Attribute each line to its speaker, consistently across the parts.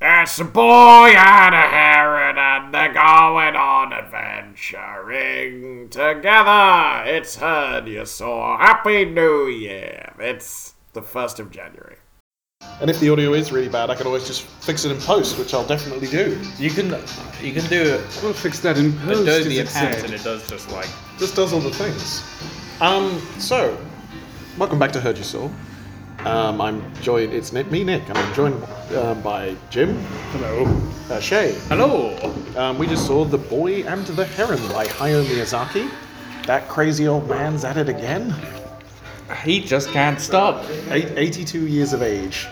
Speaker 1: Yes, a boy and a heron, and they're going on adventuring together. It's heard you saw. Happy New Year. It's the 1st of January.
Speaker 2: And if the audio is really bad, I can always just fix it in post, which I'll definitely do.
Speaker 3: You can you can do
Speaker 4: We'll fix that in
Speaker 3: a
Speaker 4: post.
Speaker 3: Adobe
Speaker 4: as it
Speaker 3: Enhance
Speaker 4: said.
Speaker 3: and it does just like
Speaker 2: This does all the things. Um, so, welcome back to Heard You Saw. Um, I'm joined, it's Nick, me, Nick, and I'm joined uh, by Jim. Hello. Uh, Shay.
Speaker 3: hello.
Speaker 2: Um, we just saw The Boy and the Heron by Hayao Miyazaki. That crazy old man's at it again.
Speaker 3: He just can't stop.
Speaker 2: Eight, 82 years of age.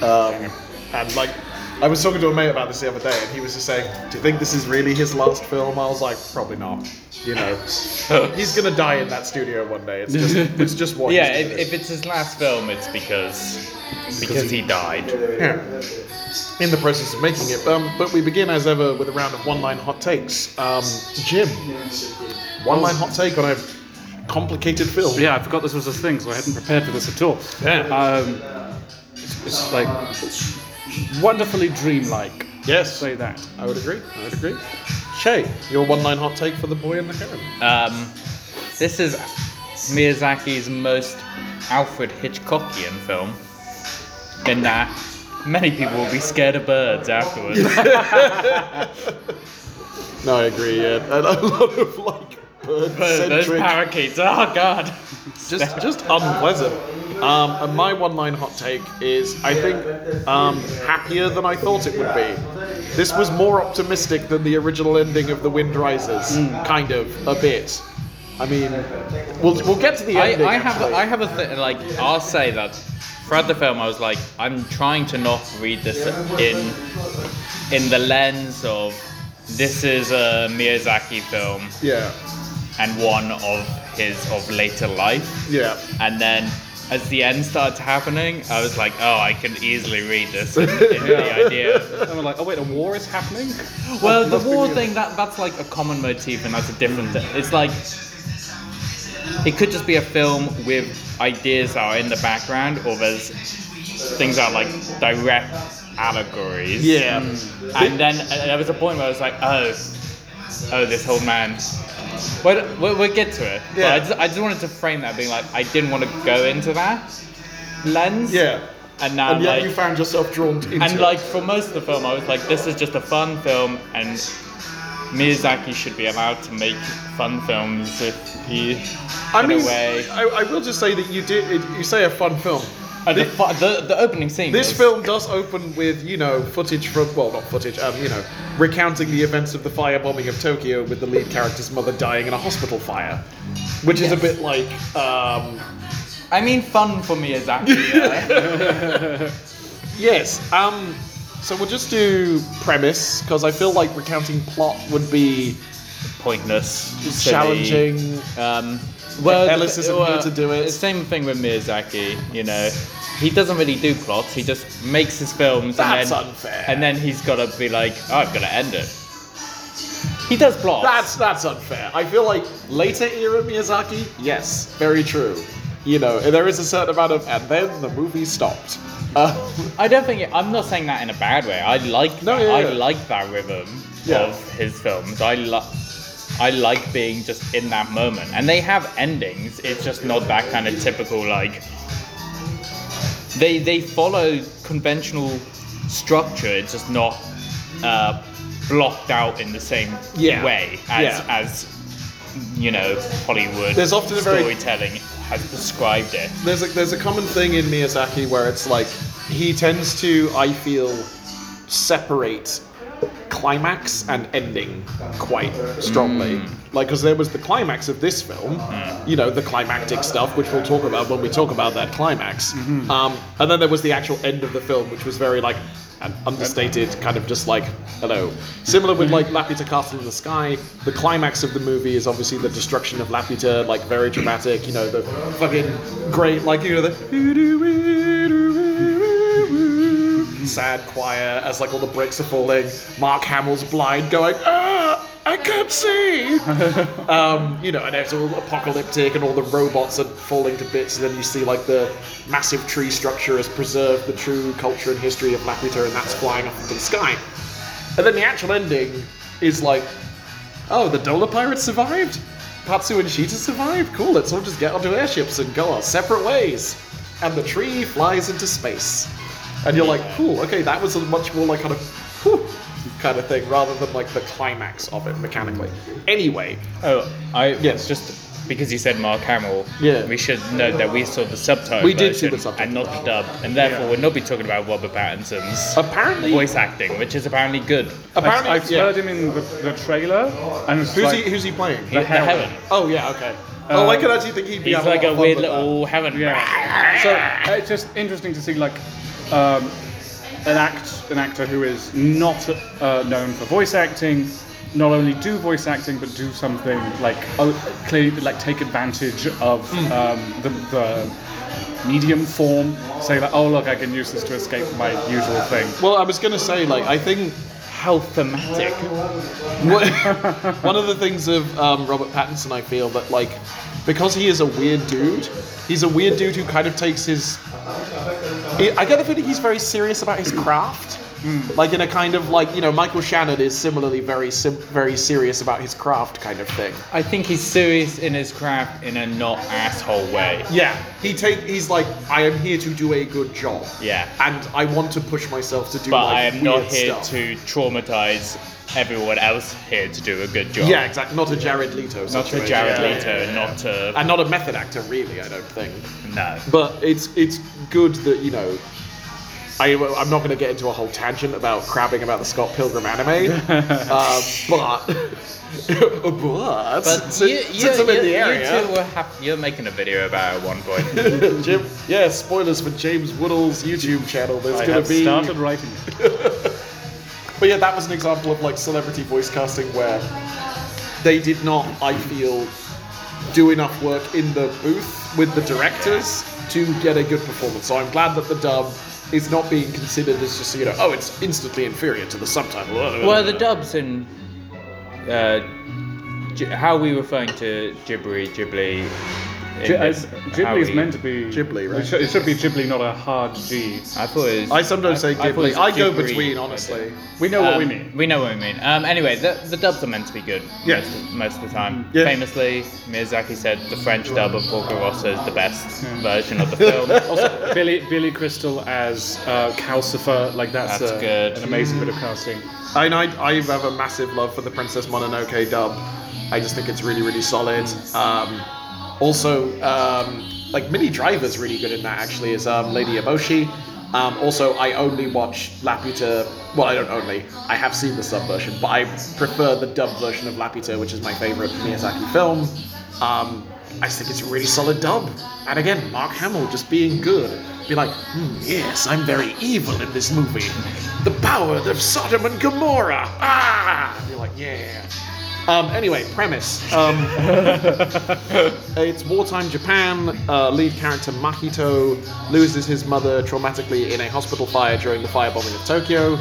Speaker 2: Um, and like, I was talking to a mate about this the other day, and he was just saying, "Do you think this is really his last film?" I was like, "Probably not." You know, he's gonna die in that studio one day. It's just, it's just what.
Speaker 3: Yeah,
Speaker 2: he's gonna
Speaker 3: if, if
Speaker 2: do.
Speaker 3: it's his last film, it's because because he died.
Speaker 2: Yeah. In the process of making it, um, but we begin as ever with a round of one-line hot takes. Um, Jim, one-line hot take on a complicated film.
Speaker 4: Yeah, I forgot this was a thing, so I hadn't prepared for this at all.
Speaker 2: Yeah.
Speaker 4: Um, it's, it's like wonderfully dreamlike.
Speaker 2: Yes,
Speaker 4: Say that.
Speaker 2: I would agree. I would agree. Shay, your one-line hot take for the boy and the heron.
Speaker 3: Um, this is Miyazaki's most Alfred Hitchcockian film. In that many people will be scared of birds afterwards.
Speaker 2: No, I agree. Yeah, and a lot of like
Speaker 3: But Those
Speaker 2: bird-centric,
Speaker 3: parakeets. Oh god.
Speaker 2: just just unpleasant. Um, and my one-line hot take is, I think, um, happier than I thought it would be. This was more optimistic than the original ending of The Wind Rises, kind of a bit. I mean, we'll we'll get to the
Speaker 3: I,
Speaker 2: ending.
Speaker 3: I have
Speaker 2: actually.
Speaker 3: I have a thing like I'll say that throughout the film I was like I'm trying to not read this in in the lens of this is a Miyazaki film
Speaker 2: yeah,
Speaker 3: and one of his of later life
Speaker 2: yeah.
Speaker 3: and then as the end starts happening I was like oh I can easily read this in, in the idea
Speaker 4: And we're like, oh wait, a war is happening?
Speaker 3: well the
Speaker 2: Must be
Speaker 3: war
Speaker 2: real.
Speaker 3: thing that that's like a common motif and that's a different thing. it's like it could just be a film with ideas that are in the background or there's things that are like direct allegories Mm.
Speaker 2: Yeah.
Speaker 3: and then and there was a point where i was like oh oh this whole man but we'll, we'll get to it but
Speaker 2: Yeah.
Speaker 3: I, just, I just wanted to frame that being like i didn't want to go into that lens
Speaker 2: Yeah.
Speaker 3: and now
Speaker 2: And yet
Speaker 3: like
Speaker 2: you found yourself drawn into
Speaker 3: and
Speaker 2: it.
Speaker 3: like for most of the film, I was like, this is just a fun film, and Miyazaki should be allowed to make fun films if he,
Speaker 2: I
Speaker 3: in
Speaker 2: mean,
Speaker 3: a way.
Speaker 2: I, I will just say that you did. It, you say a fun film.
Speaker 3: Uh, the, fu- the, the opening scene.
Speaker 2: This
Speaker 3: was-
Speaker 2: film does open with you know footage from well not footage um you know recounting the events of the firebombing of Tokyo with the lead character's mother dying in a hospital fire, which is a bit like um
Speaker 3: I mean, fun for Miyazaki. yeah.
Speaker 2: yes um so we'll just do premise because I feel like recounting plot would be
Speaker 3: Pointless. silly.
Speaker 2: challenging.
Speaker 3: Um, well,
Speaker 2: Ellis isn't here to do it.
Speaker 3: The same thing with Miyazaki. You know, he doesn't really do plots. He just makes his films.
Speaker 2: That's
Speaker 3: and then,
Speaker 2: unfair.
Speaker 3: And then he's got to be like, oh, I've got to end it. He does plots.
Speaker 2: That's that's unfair. I feel like later era Miyazaki, yes, very true. You know, there is a certain amount of and then the movie stopped. Um,
Speaker 3: I don't think it, I'm not saying that in a bad way. I like
Speaker 2: No,
Speaker 3: that.
Speaker 2: yeah,
Speaker 3: I
Speaker 2: yeah.
Speaker 3: like that rhythm
Speaker 2: Yeah.
Speaker 3: of his films. I like I like being just in that moment, and they have endings. It's just not that kind of typical like they they follow conventional structure. It's just not uh, blocked out in the same
Speaker 2: Yeah.
Speaker 3: way as
Speaker 2: Yeah.
Speaker 3: as you know Hollywood
Speaker 2: There's often a very-
Speaker 3: storytelling has prescribed it.
Speaker 2: there's a, there's a common thing in Miyazaki where it's like he tends to, I feel, separate climax and ending quite strongly. Like, because there was the climax of this film, you know, the climactic stuff, which we'll talk about when we talk about that climax. Um, and then there was the actual end of the film, which was very like an understated kind of just like hello. Similar with like Laputa Castle in the Sky, the climax of the movie is obviously the destruction of Laputa, like very dramatic. You know, the fucking great, like you know the sad choir as like all the bricks are falling. Mark Hamill's blind going, ah, I can't see. um, you know, and it's all apocalyptic, and all the robots are falling to bits. And then you see like the massive tree structure has preserved the true culture and history of Laputa, and that's flying up into the sky. And then the actual ending is like, oh, the Dola pirates survived. Patsu and Shita survived. Cool. Let's all just get onto airships and go our separate ways. And the tree flies into space. And you're like, cool. Okay, that was a much more like kind of. Whew, kind of thing rather than like the climax of it mechanically anyway
Speaker 3: Oh, I
Speaker 2: Yes.
Speaker 3: just because you said Mark Hamill.
Speaker 2: Yeah.
Speaker 3: We should note that we saw the subtitle.
Speaker 2: We did see the
Speaker 3: version
Speaker 2: subtitled
Speaker 3: and not the dub, and therefore we'll not be talking about Robert Pattinson's
Speaker 2: apparently
Speaker 3: voice acting, which is apparently good.
Speaker 2: apparently
Speaker 4: I've, I've
Speaker 2: yeah.
Speaker 4: heard him in the, the trailer, and it's
Speaker 2: who's
Speaker 4: like,
Speaker 2: he who's he playing
Speaker 3: The
Speaker 4: heron.
Speaker 3: heron.
Speaker 2: oh yeah okay oh i
Speaker 4: Um,
Speaker 2: could actually think he'd be
Speaker 3: He's
Speaker 2: having
Speaker 3: like
Speaker 2: lot
Speaker 3: a
Speaker 2: of fun
Speaker 3: weird
Speaker 2: with that.
Speaker 3: little heron.
Speaker 4: Yeah. So uh, it's just interesting to see like um, an act an actor who is not uh, known for voice acting, not only do voice acting but do something like uh, clearly like take advantage of um, the, the medium form. Say like, oh look, I can use this to escape my usual thing.
Speaker 2: well i was gonna say like i think
Speaker 3: How thematic.
Speaker 2: What- one of the things of um, Robert Pattinson, I feel that like because he is a weird dude, he's a weird dude who kind of takes his. I I get the feeling he's very serious about his craft. Like in a kind of like you know Michael Shannon is similarly very sim- very serious about his craft kind of thing.
Speaker 3: I think he's serious in his craft in a not asshole way.
Speaker 2: Yeah, he take he's like I am here to do a good job.
Speaker 3: Yeah.
Speaker 2: and I want to push myself to do.
Speaker 3: But
Speaker 2: like,
Speaker 3: I am not
Speaker 2: weird
Speaker 3: here
Speaker 2: stuff.
Speaker 3: to traumatize everyone else here to do a good job.
Speaker 2: Yeah, exactly. Not a Jared Leto.
Speaker 3: Not to
Speaker 2: situation.
Speaker 3: Jared
Speaker 2: Yeah.
Speaker 3: Leto, not to
Speaker 2: and not a method actor really. I don't think.
Speaker 3: no.
Speaker 2: But it's it's good that you know. I, I'm not going to get into a whole tangent about crabbing about the Scott Pilgrim anime, uh, but but,
Speaker 3: But
Speaker 2: since,
Speaker 3: you, you,
Speaker 2: since I'm
Speaker 3: you,
Speaker 2: in the
Speaker 3: you two
Speaker 2: area,
Speaker 3: were hap- you're making a video about it at one point.
Speaker 2: Jim, yeah, spoilers for James Woodall's YouTube channel. There's
Speaker 4: I
Speaker 2: going
Speaker 4: have
Speaker 2: to be,
Speaker 4: started writing.
Speaker 2: but yeah, that was an example of like celebrity voice casting where they did not, I feel, do enough work in the booth with the directors to get a good performance. So I'm glad that the dub is not being considered as just you know, oh, it's instantly inferior to the subtitle.
Speaker 3: well, the dubs and uh, G- how are we referring to Ghibli, Ghibli? in
Speaker 4: G- as-
Speaker 3: this- how
Speaker 4: Ghibli is
Speaker 3: we-
Speaker 4: uh, meant to be
Speaker 2: Ghibli, right?
Speaker 4: It should, it should be Ghibli, not a hard G.
Speaker 3: I thought it was.
Speaker 2: I sometimes say
Speaker 3: I thought it
Speaker 2: Ghibli.
Speaker 3: was
Speaker 2: I go
Speaker 3: Ghibli.
Speaker 2: between, honestly.
Speaker 4: We know what we
Speaker 3: Um,
Speaker 4: mean.
Speaker 3: We know what we mean. Um, anyway, the, the dubs are meant to be good
Speaker 4: Yeah.
Speaker 3: most, most of the time.
Speaker 2: Yeah.
Speaker 3: Famously, Miyazaki said the French dub of Porco Rosso is the best version of the film.
Speaker 4: Also, Billy Billy Crystal as uh, Calcifer, like that's,
Speaker 3: That's
Speaker 4: uh,
Speaker 3: good.
Speaker 4: an amazing bit of casting.
Speaker 2: And I, I have a massive love for the Princess Mononoke dub. I just think it's really, really solid. Um, also, um, like Mini Driver's really good in that. Actually, is um, Lady Eboshi. Um, also, I only watch Laputa. Well, I don't only. I have seen the sub version, but I prefer the dub version of Laputa, which is my favorite Miyazaki film. Um, I just think it's a really solid dub. And again, Mark Hamill just being good. Be like, hmm, yes, I'm very evil in this movie. The power of Sodom and Gomorrah. Ah! And you're like, yeah. Um, anyway, premise. Um, Uh, it's wartime Japan. Uh, lead character Makito loses his mother traumatically in a hospital fire during the firebombing of Tokyo.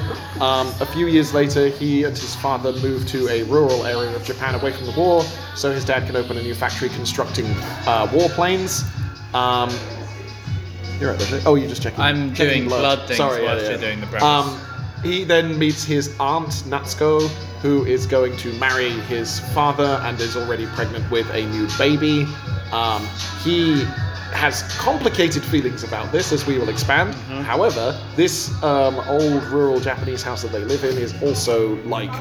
Speaker 2: Um, a few years later, he and his father move to a rural area of Japan away from the war, so his dad can open a new factory constructing uh, warplanes. Um, you're right, there. Oh, you're just checking.
Speaker 3: I'm
Speaker 2: checking
Speaker 3: doing blood things whilst you're doing the premise.
Speaker 2: Um, he then meets his aunt Natsuko, who is going to marry his father and is already pregnant with a new baby. Um, he has complicated feelings about this, as we will expand.
Speaker 4: Mm-hmm.
Speaker 2: However, this um, old rural Japanese house that they live in is also like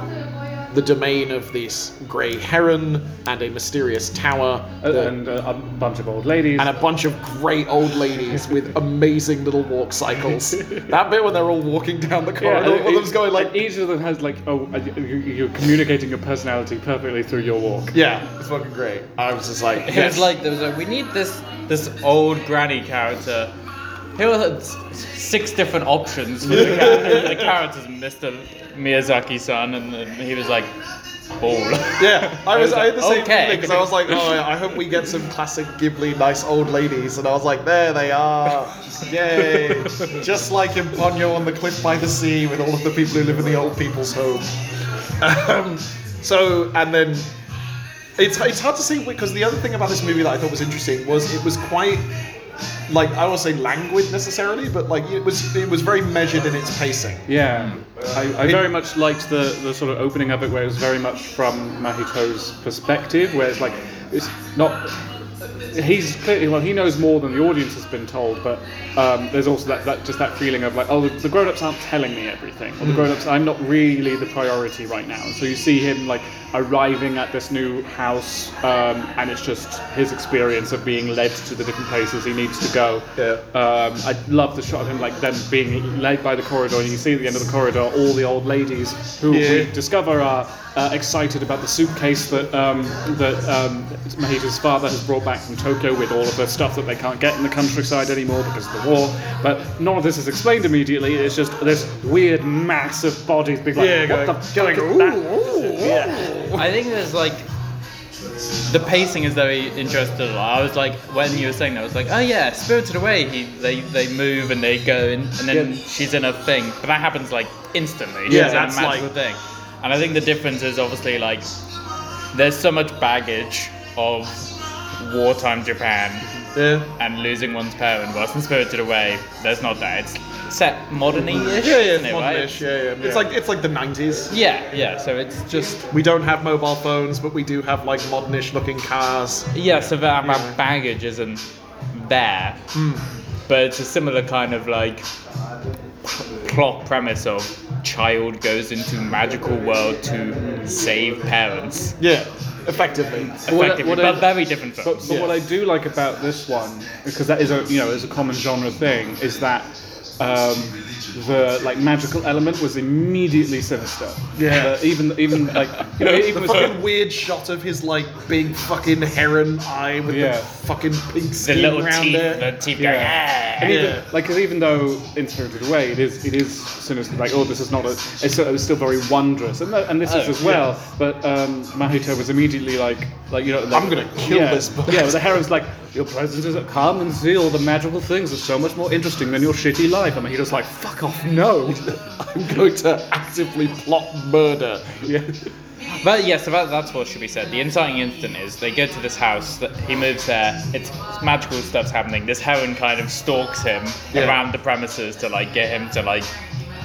Speaker 2: the domain of this grey heron and a mysterious tower.
Speaker 4: Uh,
Speaker 2: that-
Speaker 4: and uh, a bunch of old ladies.
Speaker 2: and a bunch of great old ladies with amazing little walk cycles. That bit when they're all walking down the
Speaker 4: Yeah,
Speaker 2: corridor,
Speaker 4: and
Speaker 2: one of
Speaker 4: each-
Speaker 2: them's going
Speaker 4: and
Speaker 2: like,
Speaker 4: each of them has like oh uh, you- you're communicating your personality perfectly through your walk.
Speaker 2: "Yeah, it's fucking great." I was just like,
Speaker 3: It
Speaker 2: yes.
Speaker 3: was like there was like we need this this old granny character. Here were s- six different options for the, char- the characters, Mr. Miyazaki-san, and then he was like, all.
Speaker 2: yeah, I was, I had the same
Speaker 3: Okay.
Speaker 2: feeling because I was like, "Oh, yeah, I hope we get some classic Ghibli nice old ladies," and I was like, "There they are, yay!" just like in Ponyo on the cliff by the sea with all of the people who live in the old people's home. Um, So and then it's it's hard to say because the other thing about this movie that I thought was interesting was it was quite like I won't say languid necessarily, but like it was it was very measured in its pacing.
Speaker 4: Yeah, I, I very much liked the, the sort of opening of it, where it was very much from Mahito's perspective, where it's like it's not. He's clearly well. He knows more than the audience has been told, but um, there's also that, that just that feeling of like, oh, the, the grown-ups aren't telling me everything, or the grown-ups. I'm not really the priority right now. So you see him like arriving at this new house, um, and it's just his experience of being led to the different places he needs to go.
Speaker 2: Yeah.
Speaker 4: Um, I love the shot of him like then being led by the corridor, and you see at the end of the corridor all the old ladies who
Speaker 2: Yeah.
Speaker 4: we discover are uh, excited about the suitcase that um, that um, Mahita's father has brought back from Tokyo with all of the stuff that they can't get in the countryside anymore because of the war. But none of this is explained immediately. It's just this weird mass of bodies being like,
Speaker 2: Yeah,
Speaker 4: what
Speaker 2: going-
Speaker 4: the fuck
Speaker 2: going,
Speaker 4: is that?"
Speaker 3: I think there's like the pacing is very interesting. I was like when you were saying that, I was like, oh yeah, Spirited Away. He they they move and they go and, and then
Speaker 2: Yeah.
Speaker 3: she's in a thing, but that happens like instantly.
Speaker 2: Yeah,
Speaker 3: It's in a
Speaker 2: that's
Speaker 3: magical
Speaker 2: like-
Speaker 3: thing. And I think the difference is obviously like there's so much baggage of wartime Japan
Speaker 2: Yeah.
Speaker 3: and losing one's parent. Whilst in Spirited Away, there's not that. It's set modern-ish,
Speaker 2: Yeah, yeah,
Speaker 3: isn't
Speaker 2: it's
Speaker 3: it, right?
Speaker 2: modern-ish, yeah, yeah. It's like it's like the nineties.
Speaker 3: Yeah, yeah. So it's just
Speaker 2: We don't have mobile phones, but we do have like modernish looking cars.
Speaker 3: yeah. So that that
Speaker 2: Yeah.
Speaker 3: baggage isn't there,
Speaker 4: Hmm.
Speaker 3: but it's a similar kind of like cl- plot premise of child goes into magical world to save parents.
Speaker 2: Yeah, effectively.
Speaker 4: What I-
Speaker 3: Effectively,
Speaker 4: what I-
Speaker 3: but very different
Speaker 4: But,
Speaker 3: films.
Speaker 4: but what I do like about this one, because that is a you know is a common genre thing, is that um, the like magical element was immediately sinister.
Speaker 2: Yeah.
Speaker 4: The- even even like you know even
Speaker 2: the
Speaker 4: with
Speaker 2: fucking weird shot of his like big fucking heron eye with
Speaker 4: Yeah.
Speaker 2: the fucking pink
Speaker 3: the
Speaker 2: skin
Speaker 3: little
Speaker 2: around
Speaker 3: teeth,
Speaker 2: it.
Speaker 3: the teeth
Speaker 4: Yeah.
Speaker 3: going. "Ah."
Speaker 4: And even,
Speaker 2: Yeah.
Speaker 4: like, 'cause even though in Spirited Away, it is it is sinister. Like, oh, this is not a. It's still, it was still very wondrous, and, that, and this is
Speaker 3: Oh,
Speaker 4: as well. But um, Mahito was immediately like, like you know, like,
Speaker 2: I'm gonna kill
Speaker 4: yeah,
Speaker 2: this book.
Speaker 4: Yeah, but the heron's like, your presence is come and see all the magical things are so much more interesting than your shitty life. And Mahito's like, fuck off, no.
Speaker 2: I'm going to actively plot murder.
Speaker 4: yeah.
Speaker 3: But yeah, so that, that's what should be said. The inciting incident is they go to this house. That he moves there. It's magical stuff's happening. This heron kind of stalks him
Speaker 2: Yeah.
Speaker 3: around the premises to like get him to like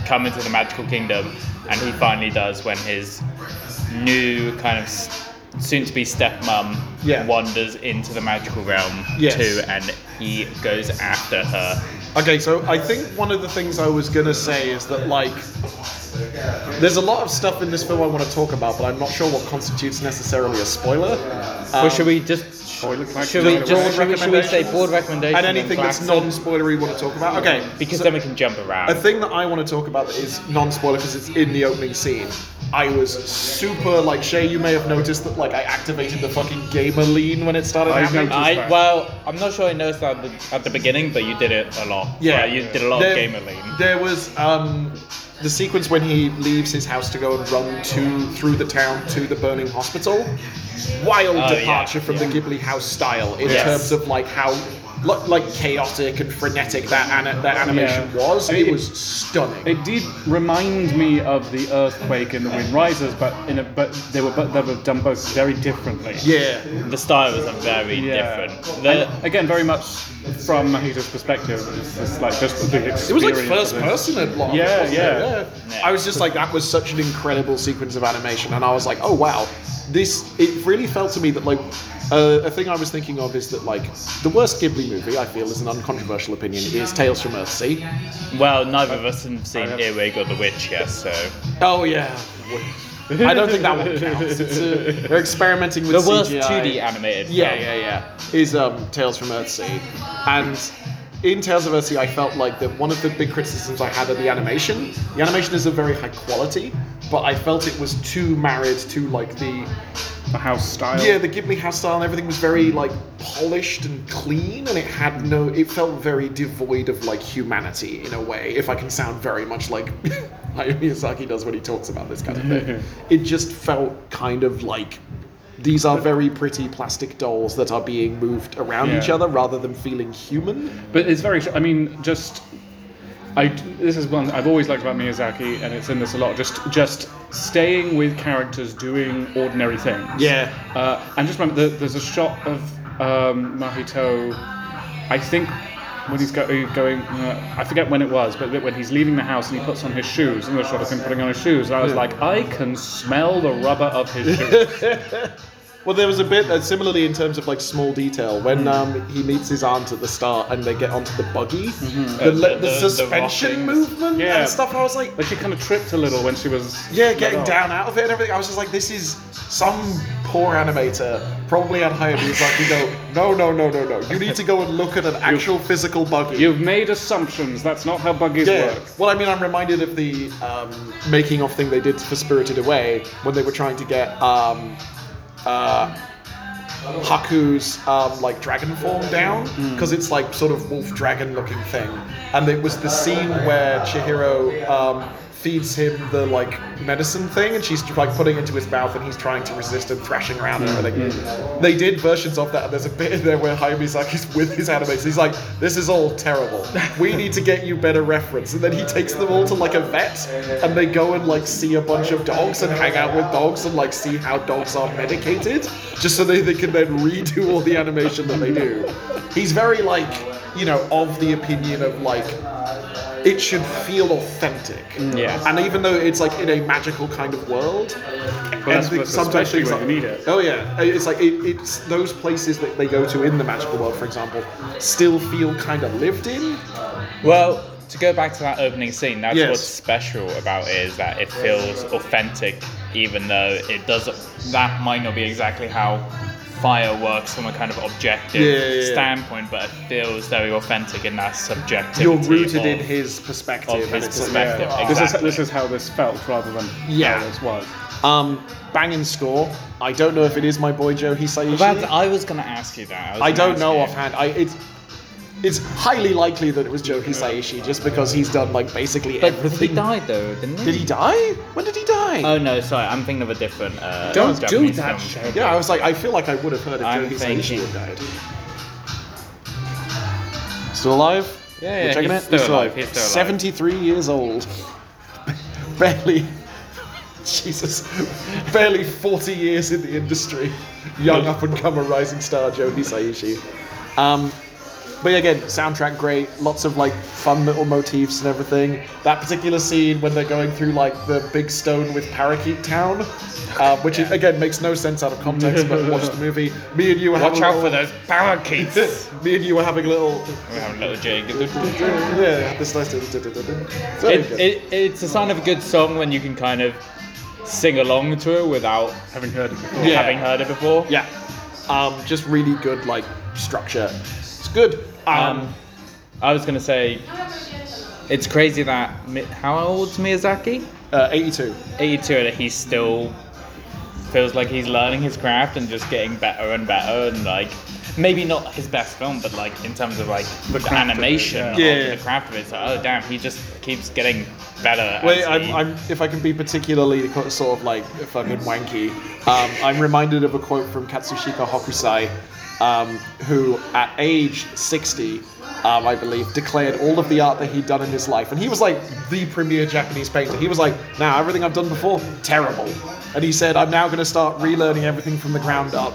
Speaker 3: come into the magical kingdom, and he finally does when his new kind of s- soon-to-be stepmom
Speaker 2: Yeah.
Speaker 3: wanders into the magical realm
Speaker 2: Yes.
Speaker 3: too, and he goes after her.
Speaker 2: Okay, so I think one of the things I was gonna say is that like there's a lot of stuff in this film I want to talk about, but I'm not sure what constitutes necessarily a spoiler. Um,
Speaker 3: or should we just
Speaker 4: Spoiler clack.
Speaker 3: should we
Speaker 2: Board
Speaker 3: just should we, should we say
Speaker 2: recommendations?
Speaker 3: board recommendation
Speaker 2: and anything that's
Speaker 3: class-
Speaker 2: non-spoilery you want to talk about? Okay,
Speaker 3: because
Speaker 2: so-
Speaker 3: then we can jump around.
Speaker 2: A thing that I want to talk about that is non-spoiler because it's in the opening scene. I was super like Shay. You may have noticed that like I activated the fucking gamer lean when it started
Speaker 4: I
Speaker 2: happening.
Speaker 4: noticed.
Speaker 3: I
Speaker 4: Right.
Speaker 3: well, I'm not sure I noticed that at the, at the beginning, but you did it a lot.
Speaker 2: Yeah.
Speaker 3: Right, you did a lot
Speaker 2: There-
Speaker 3: of gamer lean.
Speaker 2: There was um, the sequence when he leaves his house to go and run to through the town to the burning hospital. Wild
Speaker 3: Oh, yeah,
Speaker 2: departure from
Speaker 3: yeah.
Speaker 2: the Ghibli house style in
Speaker 3: Yes.
Speaker 2: terms of like how lo- like chaotic and frenetic that ana- that animation
Speaker 4: Yeah.
Speaker 2: was.
Speaker 4: I mean,
Speaker 2: it
Speaker 4: it-
Speaker 2: was stunning.
Speaker 4: It did remind me of the earthquake and the wind rises, but in a, but they were but they were done both very differently.
Speaker 2: yeah.
Speaker 3: The styles are very
Speaker 4: Yeah.
Speaker 3: different.
Speaker 4: And
Speaker 3: The,
Speaker 4: again, very much from Mahito's perspective. It's just like just the experience.
Speaker 2: It was like first
Speaker 4: of it.
Speaker 2: person at launch.
Speaker 4: Yeah,
Speaker 2: wasn't it?
Speaker 4: yeah.
Speaker 3: Yeah.
Speaker 2: I was just like, that was such an incredible sequence of animation, and I was like, oh wow, this. It really felt to me that like. Uh, a thing I was thinking of is that, like, the worst Ghibli movie, I feel, is an uncontroversial opinion, is Tales from Earthsea.
Speaker 3: well, neither of us have
Speaker 4: I
Speaker 3: seen
Speaker 4: have-
Speaker 3: Earwig or The Witch yet, so
Speaker 2: Oh, yeah. I don't think that one counts. It's, uh, they're experimenting with
Speaker 3: the
Speaker 2: CGI.
Speaker 3: worst 2D animated.
Speaker 2: Yeah,
Speaker 3: film.
Speaker 2: yeah, yeah. Is um, Tales from Earthsea, and in Tales of Earthsea, I felt like that one of the big criticisms I had of the animation. The animation is of very high quality, but I felt it was too married to like the
Speaker 4: The house style.
Speaker 2: yeah the Ghibli house style and everything was very like polished and clean, and it had no. It felt very devoid of like humanity in a way. If I can sound very much like Hayao Miyazaki does when he talks about this kind of thing, it just felt kind of like these are very pretty plastic dolls that are being moved around
Speaker 4: Yeah.
Speaker 2: each other rather than feeling human.
Speaker 4: but it's very. I mean, just I this is one I've always liked about Miyazaki, and it's in this a lot. Just just staying with characters doing ordinary things.
Speaker 2: Yeah.
Speaker 4: Uh, and just remember, the, there's a shot of um, Mahito. I think when he's go, going, uh, I forget when it was, but when he's leaving the house and he puts on his shoes, and there's a shot of him putting on his shoes, and I was like, I can smell the rubber of his shoes.
Speaker 2: Well, there was a bit uh, similarly in terms of like small detail when um, he meets his aunt at the start and they get onto the buggy, the, le- the
Speaker 3: the- the- the
Speaker 2: suspension
Speaker 3: rocking.
Speaker 2: movement
Speaker 4: Yeah.
Speaker 2: and stuff. I was like,
Speaker 4: like she kind of tripped a little when she was.
Speaker 2: yeah, getting
Speaker 4: Oh.
Speaker 2: down out of it and everything. I was just like, this is some poor animator probably on hire Miyazaki. Go, no, no, no, no, no. You need to go and look at an actual physical buggy.
Speaker 4: You've made assumptions. That's not how buggies
Speaker 2: Yeah.
Speaker 4: work.
Speaker 2: Well, I mean, I'm reminded of the um, making of thing they did for Spirited Away when they were trying to get um, uh, Haku's um, like dragon form down because it's like sort of wolf dragon looking thing, and it was the scene where Chihiro. Um, Feeds him the like medicine thing, and she's like putting it into his mouth, and he's trying to resist and thrashing around and everything. They did versions of that, and there's a bit in there where Hayao Miyazaki's with his animators. He's like, "This is all terrible. We need to get you better reference." And then he takes them all to like a vet, and they go and like see a bunch of dogs and hang out with dogs and like see how dogs are medicated, just so they, they can then redo all the animation that they do. He's very like, you know, of the opinion of like, it should feel authentic.
Speaker 3: Yes.
Speaker 2: And even though it's like in a magical kind of world,
Speaker 4: But that's,
Speaker 2: and
Speaker 4: that's
Speaker 2: sometimes
Speaker 4: especially
Speaker 2: things
Speaker 4: when
Speaker 2: like-
Speaker 4: you need it.
Speaker 2: Oh yeah, it's like it, it's those places that they go to in the magical world, for example, still feel kind of lived in.
Speaker 3: Well, to go back to that opening scene, that's
Speaker 2: Yes.
Speaker 3: what's special about it is that it feels authentic, even though it doesn't. That might not be exactly how fire works from a kind of objective
Speaker 2: Yeah, yeah, yeah.
Speaker 3: standpoint, but it feels very authentic in that subjectivity.
Speaker 2: You're rooted
Speaker 3: of-
Speaker 2: in his perspective.
Speaker 3: of
Speaker 2: and
Speaker 3: his
Speaker 2: it's like-
Speaker 3: perspective.
Speaker 4: This is
Speaker 3: Exactly.
Speaker 4: this is how this felt rather than
Speaker 2: Yeah.
Speaker 4: how this was.
Speaker 2: Um, banging score. I don't know if it is my boy Joe Hisaishi.
Speaker 3: That's, I was going to ask you that. was
Speaker 2: I
Speaker 3: gonna
Speaker 2: don't
Speaker 3: ask
Speaker 2: know
Speaker 3: you.
Speaker 2: offhand. I it's it's highly likely that it was Joe Hisaishi just because he's done like basically
Speaker 3: But
Speaker 2: everything.
Speaker 3: he died though, didn't he?
Speaker 2: Did he die? When did he die?
Speaker 3: Oh no, sorry, I'm thinking of a different. Uh,
Speaker 2: Don't do
Speaker 3: Japanese
Speaker 2: that,
Speaker 3: film.
Speaker 2: yeah, I was like, I feel like I would have heard if
Speaker 3: I'm
Speaker 2: Joe Hisaishi
Speaker 3: thinking-
Speaker 2: had died. Still alive?
Speaker 3: Yeah,
Speaker 2: We're
Speaker 3: yeah,
Speaker 2: checking
Speaker 3: he's
Speaker 2: it?
Speaker 3: still alive, he's still alive.
Speaker 2: 73 years old. Barely. Jesus. Barely 40 years in the industry. Young up and comer rising star Joe Hisaishi. Um, but yeah, again, soundtrack great. Lots of like fun little motifs and everything. That particular scene when they're going through like the big stone with Parakeet Town, uh, which is- again makes no sense out of context. but watch the movie. Me and you were
Speaker 3: Watch
Speaker 2: having
Speaker 3: out for
Speaker 2: a
Speaker 3: those parakeets. We're
Speaker 2: little, Me and you were having a little.
Speaker 3: having a little jig.
Speaker 2: Yeah, this nice. It's very
Speaker 3: It,
Speaker 2: good.
Speaker 3: it, it's a sign of a good song when you can kind of sing along to it without
Speaker 4: Having heard it before.
Speaker 2: Yeah.
Speaker 3: having heard it before.
Speaker 2: yeah, um, just really good like structure. It's good. Um,
Speaker 3: Um, I was gonna say, it's crazy that Mi- how old's Miyazaki?
Speaker 2: uh, 82.
Speaker 3: 82, and he still feels like he's learning his craft and just getting better and better and like. Maybe not his best film, but like in terms of like the,
Speaker 4: craft of it,
Speaker 3: animation,
Speaker 4: yeah.
Speaker 3: of
Speaker 2: Yeah.
Speaker 3: the craft of it. It's like, oh damn, he just keeps getting better.
Speaker 2: Wait,
Speaker 3: as he-
Speaker 2: I'm, I'm, if I can be particularly co- sort of like fucking wanky, um, I'm reminded of a quote from Katsushika Hokusai, um, who at age 60, um, I believe, declared all of the art that he'd done in his life. And he was like the premier Japanese painter. He was like, now everything I've done before, terrible. And he said, I'm now going to start relearning everything from the ground up.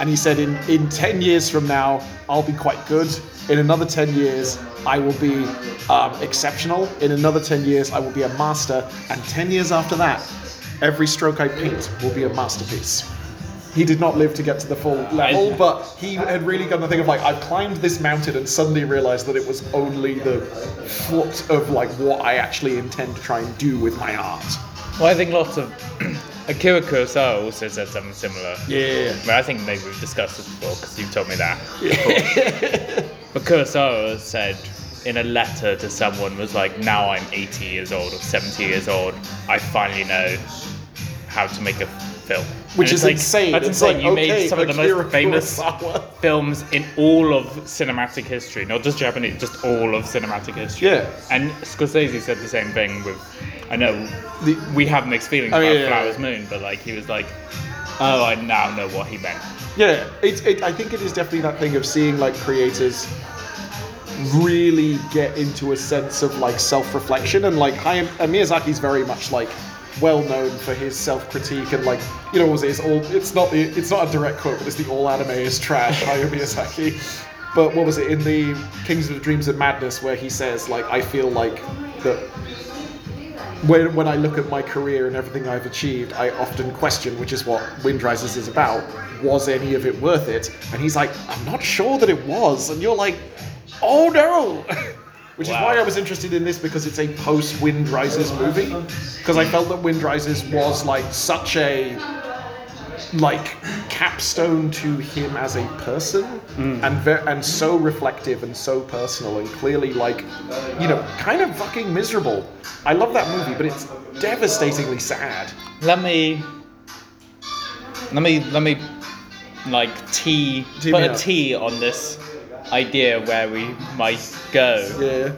Speaker 2: And he said, in, in 10 years from now, I'll be quite good. In another 10 years, I will be um, exceptional. In another 10 years, I will be a master. And 10 years after that, every stroke I paint will be a masterpiece. He did not live to get to the full level,
Speaker 3: I-
Speaker 2: but he had really gotten the thing of like, I've climbed this mountain and suddenly realized that it was only the foot of like what I actually intend to try and do with my art.
Speaker 3: Well, I think lots of Akira Kurosawa also said something similar.
Speaker 2: Yeah.
Speaker 3: Well, I think maybe we've discussed this before because you've told me that. but Kurosawa said in a letter to someone was like, "Now I'm 80 years old or 70 years old. I finally know how to make a film."
Speaker 2: Which is
Speaker 3: And it's like,
Speaker 2: insane.
Speaker 3: That's
Speaker 2: it's
Speaker 3: insane.
Speaker 2: Like,
Speaker 3: you
Speaker 2: okay,
Speaker 3: made some of the
Speaker 2: Akira
Speaker 3: most famous
Speaker 2: Kurosawa.
Speaker 3: films in all of cinematic history, not just Japanese, just all of cinematic history.
Speaker 2: Yeah.
Speaker 3: And Scorsese said the same thing with, I know
Speaker 2: The-
Speaker 3: we have mixed feelings
Speaker 2: Oh,
Speaker 3: about
Speaker 2: yeah, yeah,
Speaker 3: Flowers Moon, but like he was like, oh, I now know what he meant.
Speaker 2: Yeah, it's. It, I think it is definitely that thing of seeing like creators really get into a sense of like self-reflection and like Hayao and Miyazaki's very much like well known for his self-critique and like you know was it, it's all it's not the it's not a direct quote but it's the all anime is trash Hayao Miyazaki. But what was it in the Kings of Dreams and Madness where he says like I feel like that when, when I look at my career and everything I've achieved, I often question, which is what Wind Rises is about, was any of it worth it? And he's like, I'm not sure that it was. And you're like, oh no! which is
Speaker 3: Wow.
Speaker 2: why I was interested in this because it's a post Wind Rises movie. Because I felt that Wind Rises was like such a like capstone to him as a person and ver- and so reflective and so personal and clearly like you know kind of fucking miserable i love that movie but it's devastatingly sad
Speaker 3: Let me. Let me. Let me. Like tea.
Speaker 2: Tee
Speaker 3: put
Speaker 2: me
Speaker 3: a
Speaker 2: up.
Speaker 3: T on this idea where we might go.
Speaker 2: yeah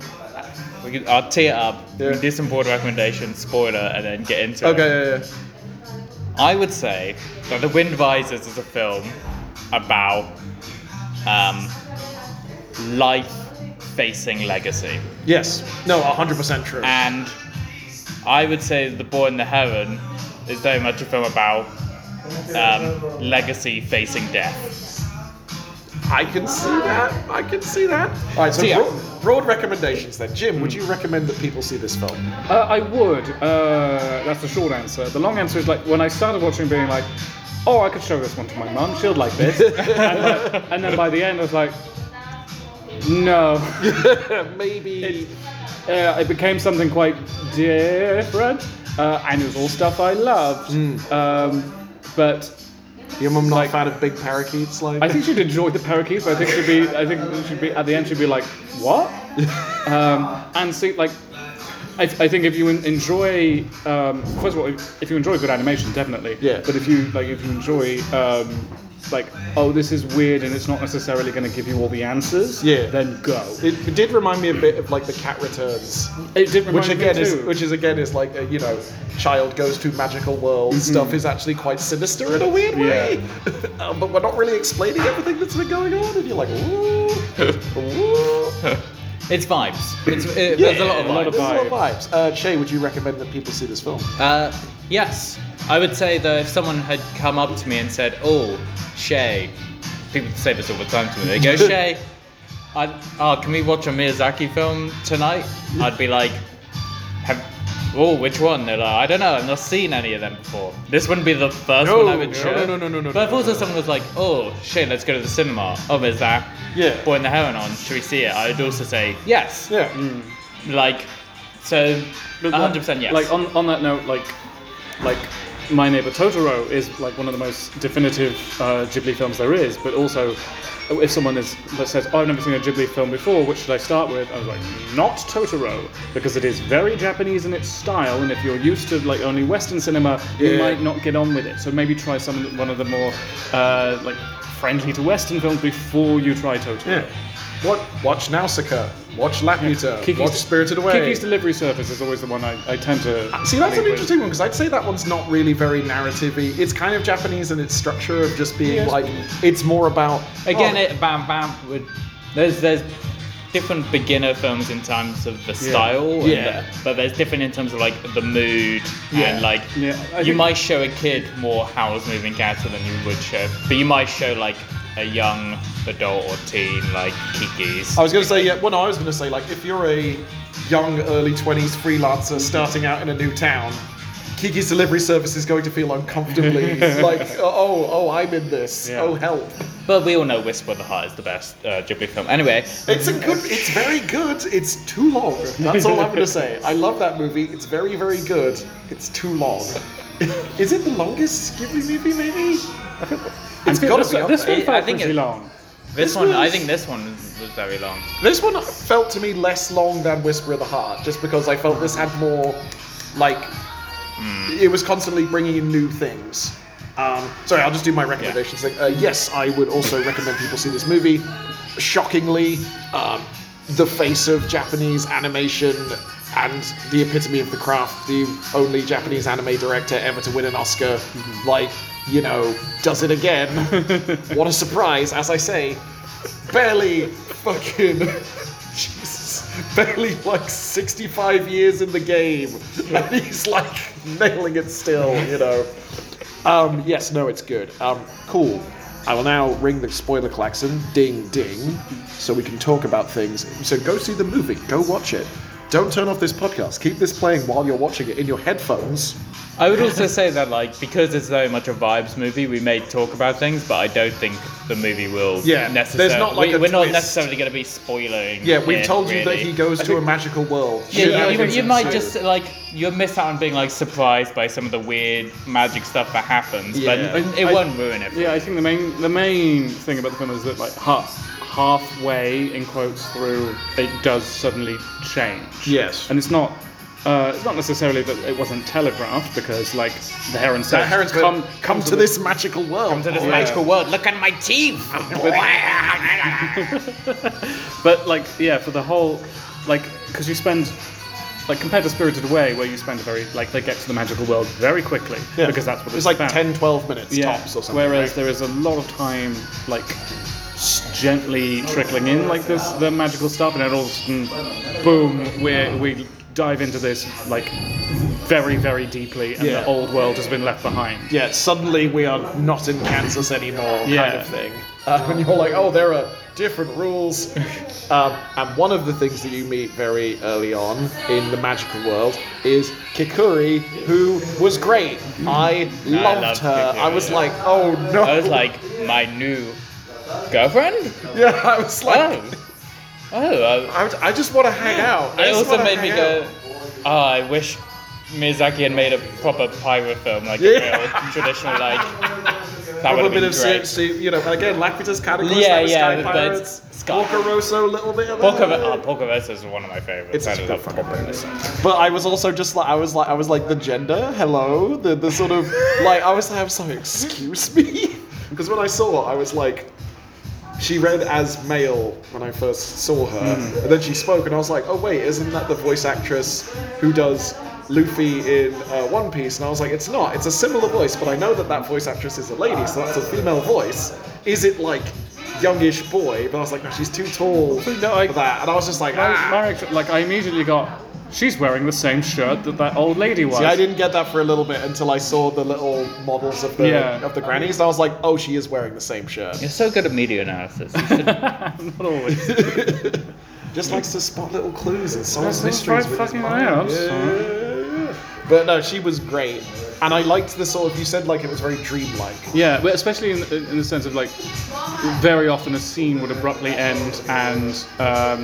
Speaker 3: We can, I'll tee it up.
Speaker 2: Yeah.
Speaker 3: We do some board recommendations, spoiler, and then get into it.
Speaker 2: okay yeah, yeah.
Speaker 3: I would say that The Wind Visors is a film about um, life facing legacy.
Speaker 2: yes no 100% true
Speaker 3: And I would say The Boy and the Heron is very much a film about um, legacy facing death.
Speaker 2: i can see that i can see Hmm. that all right so
Speaker 3: See, I-
Speaker 2: broad, broad recommendations then jim would you recommend that people see this film
Speaker 4: Uh, I would. Uh, that's the short answer. The long answer is like when I started watching, being like, "Oh, I could show this one to my mum. She'd like this." and, like- and then by the end, I was like, "No."
Speaker 2: maybe
Speaker 4: It, uh, it became something quite different, uh, and it was all stuff I loved. Um, but
Speaker 2: your mum not a fan of big parakeets like
Speaker 4: I think she'd enjoy the parakeets, but I think she'd be, I think she'd be at the end she'd be like, what? um, and see, like, I, I think if you en- enjoy, um, first of all, if, if you enjoy good animation, definitely.
Speaker 2: Yeah.
Speaker 4: But if you like, if you enjoy, um, like, oh, this is weird, and it's not necessarily going to give you all the answers.
Speaker 2: Yeah.
Speaker 4: Then go. It,
Speaker 2: it, it did remind me a bit of like the cat returns
Speaker 4: did remind
Speaker 2: which again
Speaker 4: me
Speaker 2: is
Speaker 4: too.
Speaker 2: which is again is like a, you know child goes to magical world stuff is actually quite sinister in a weird way um, but we're not really explaining everything that's been going on and you're like ooh, ooh.
Speaker 3: It's vibes. It's, it, there's a lot of
Speaker 4: a lot
Speaker 3: vibes.
Speaker 4: of
Speaker 2: There's a lot of vibes uh, Shay would you recommend that people see this film
Speaker 3: Uh, yes, I would say though, if someone had come up to me and said, "Oh, Shay," people say this all the time to me. They go, "Shay, I, oh, can we watch a Miyazaki film tonight?" I'd be like, have, "Oh, which one?" They're like, "I don't know. I've not seen any of them before." This wouldn't be the first
Speaker 2: No,
Speaker 3: one I would
Speaker 2: no,
Speaker 3: show.
Speaker 2: no, no, no, no, no,
Speaker 3: But if
Speaker 2: no,
Speaker 3: also
Speaker 2: no.
Speaker 3: someone was like, "Oh, Shay, let's go to the cinema. Oh, there's that
Speaker 2: Yeah.
Speaker 3: Boy in the Heron on. Should we see it?" I would also say yes.
Speaker 2: yeah
Speaker 3: Like, so,
Speaker 4: But, like-
Speaker 3: 100 percent
Speaker 4: um,
Speaker 3: yes.
Speaker 4: Like on, on that note, like like My Neighbor Totoro is like one of the most definitive uh, Ghibli films there is. But also, if someone is that says, "Oh, I've never seen a Ghibli film before. Which should I start with?" I was like, "Not Totoro," because it is very Japanese in its style, and if you're used to like only Western cinema, you
Speaker 2: Yeah.
Speaker 4: might not get on with it. So maybe try some one of the more uh, like friendly to Western films before you try Totoro.
Speaker 2: yeah what watch Nausicaa watch Laputa
Speaker 4: Kiki's-
Speaker 2: watch Spirited Away
Speaker 4: Kiki's Delivery Service is always the one I, I tend to
Speaker 2: See, that's
Speaker 4: link
Speaker 2: an
Speaker 4: with.
Speaker 2: interesting one because I'd say that one's not really very narrative-y. It's kind of Japanese in its structure of just being
Speaker 4: Yes.
Speaker 2: like it's more about
Speaker 3: Again,
Speaker 2: oh,
Speaker 3: it bam bam would. There's there's different beginner films in terms of the style, and
Speaker 2: Yeah.
Speaker 3: the- but there's different in terms of like the mood and like
Speaker 4: Yeah, I
Speaker 3: you
Speaker 4: think-
Speaker 3: might show a kid more Howl's Moving Castle than you would show, but you might show like a young adult or teen like Kiki's.
Speaker 2: I was going to say, yeah, well, no, I was going to say, like, if you're a young, early 20s freelancer starting out in a new town, Kiki's delivery service is going to feel uncomfortably like, oh, oh, I'm in this.
Speaker 4: Yeah.
Speaker 2: Oh, help.
Speaker 3: But we all know Whisper the Heart is the best uh, Ghibli film. Anyway,
Speaker 2: It's a good, it's very good. It's too long. That's all I'm going to say. I love that movie. It's very, very good. It's too long. is it the longest Ghibli movie, maybe? It's
Speaker 4: This-
Speaker 2: got
Speaker 4: this,
Speaker 2: to be up
Speaker 4: this
Speaker 2: there.
Speaker 4: one
Speaker 3: I
Speaker 4: felt
Speaker 3: think
Speaker 4: pretty
Speaker 3: it-
Speaker 4: long.
Speaker 3: this one I
Speaker 2: was-
Speaker 3: think this one was was very long.
Speaker 2: This one felt to me less long than Whisper of the Heart, just because I felt this had more, like, it was constantly bringing in new things. Um, sorry, I'll just do my recommendations thing. Uh, yes, I would also recommend people see this movie. Shockingly, um, the face of Japanese animation and the epitome of the craft, the only Japanese anime director ever to win an Oscar, like, you know, does it again. what a surprise, as I say, barely fucking barely like 65 years in the game, and he's like nailing it still, you know. Um, yes, no, it's good. Um, cool. I will now ring the spoiler klaxon, ding, ding, so we can talk about things. So go see the movie, go watch it. Don't turn off this podcast. Keep this playing while you're watching it in your headphones.
Speaker 3: I would also say that, like, because it's so much a vibes movie, we may talk about things, but I don't think the movie will
Speaker 2: Yeah,
Speaker 3: necessarily.
Speaker 2: there's not, like,
Speaker 3: we,
Speaker 2: a
Speaker 3: we're not
Speaker 2: twist.
Speaker 3: necessarily going to be spoiling.
Speaker 2: Yeah, we've
Speaker 3: it,
Speaker 2: told you that
Speaker 3: really.
Speaker 2: he goes to a magical world.
Speaker 3: Yeah,
Speaker 2: Should I
Speaker 3: you, you,
Speaker 2: think
Speaker 3: you
Speaker 2: so?
Speaker 3: might just like you'll miss out on being like surprised by some of the weird magic stuff that happens,
Speaker 2: Yeah.
Speaker 3: but it
Speaker 4: I-
Speaker 3: won't ruin it.
Speaker 4: Yeah, I think the main the main thing about the film is that like half halfway in quotes through it does suddenly change.
Speaker 2: Yes.
Speaker 4: and it's not. Uh, it's not necessarily that it wasn't telegraphed because, like, the heron said,
Speaker 2: The heron's
Speaker 4: "Come,
Speaker 2: been,
Speaker 4: come to
Speaker 2: this magical world.
Speaker 3: Come to this magical world. Look at my teeth.
Speaker 4: but like yeah for the whole like because you spend like compared to spirited away where you spend a very like they get to the magical world very quickly
Speaker 2: Yeah.
Speaker 4: because that's what it's,
Speaker 2: it's like
Speaker 4: about.
Speaker 2: 10, 12 minutes
Speaker 4: yeah.
Speaker 2: tops or something.
Speaker 4: whereas
Speaker 2: right?
Speaker 4: there is a lot of time like s- gently trickling in like this the magical stuff and then all of a sudden boom we we dive into this like very very deeply and
Speaker 2: Yeah.
Speaker 4: the old world has been left behind
Speaker 2: yeah, suddenly we are not in Kansas anymore, kind
Speaker 4: Yeah.
Speaker 2: of thing. Uh, and you're like, oh, there are different rules. um, and one of the things that you meet very early on in the magical world is Kikuri, who was great. I loved
Speaker 3: loved
Speaker 2: her.
Speaker 3: Kikuri,
Speaker 2: I was
Speaker 3: yeah.
Speaker 2: like, oh no.
Speaker 3: I was like, my new girlfriend.
Speaker 2: yeah, I was like,
Speaker 3: Oh, oh. I,
Speaker 2: I, I just want to hang out. I
Speaker 3: it
Speaker 2: just
Speaker 3: also
Speaker 2: wanna
Speaker 3: made me
Speaker 2: hang
Speaker 3: go.
Speaker 2: out.
Speaker 3: Oh, I wish Miyazaki had made a proper pirate film, like a
Speaker 2: Yeah.
Speaker 3: real traditional like. That would
Speaker 2: Have a
Speaker 3: have
Speaker 2: bit
Speaker 3: been
Speaker 2: of
Speaker 3: great.
Speaker 2: sea, you know, again, Laputus categories, yeah,
Speaker 3: Yeah,
Speaker 2: yeah, Sky
Speaker 3: yeah, but
Speaker 2: Pirates,
Speaker 3: it's Sky-
Speaker 2: Porco Rosso, a little bit of
Speaker 3: Porco,
Speaker 2: it.
Speaker 3: oh, Porco Rosso is one of my favorites.
Speaker 2: It's
Speaker 3: I
Speaker 2: such a
Speaker 3: love
Speaker 2: good fucking
Speaker 3: Porco Rosso.
Speaker 2: But I was also just like, I was like, I was like, the gender, hello, the, the sort of, like, I was like, I'm sorry, excuse me? Because when I saw her, I was like, she read as male when I first saw her,
Speaker 4: Hmm.
Speaker 2: and then she spoke, and I was like, oh wait, isn't that the voice actress who does Luffy in uh, One Piece? And I was like, it's not, it's a similar voice, but I know that that voice actress is a lady, so that's a female voice. Is it like youngish boy? But I was like, no, she's too tall
Speaker 4: No, I-
Speaker 2: for that, and I was just like,
Speaker 4: My,
Speaker 2: ah.
Speaker 4: my reaction- like I immediately got, she's wearing the same shirt that that old lady was.
Speaker 2: See, I didn't get that for a little bit until I saw the little models of the
Speaker 4: Yeah.
Speaker 2: of the grannies, and I was like, "Oh, she is wearing the same shirt."
Speaker 3: You're so good at media analysis. You should
Speaker 4: Not always.
Speaker 2: Just likes to spot little clues and solve
Speaker 4: That's
Speaker 2: mysteries with
Speaker 4: right
Speaker 2: his
Speaker 4: fucking
Speaker 2: mind.
Speaker 4: right, I'm
Speaker 2: Yeah. But no, she was great, and I liked the sort of. You said like it was very dreamlike.
Speaker 4: yeah, but especially in, in the sense of like, very often a scene would abruptly end and um,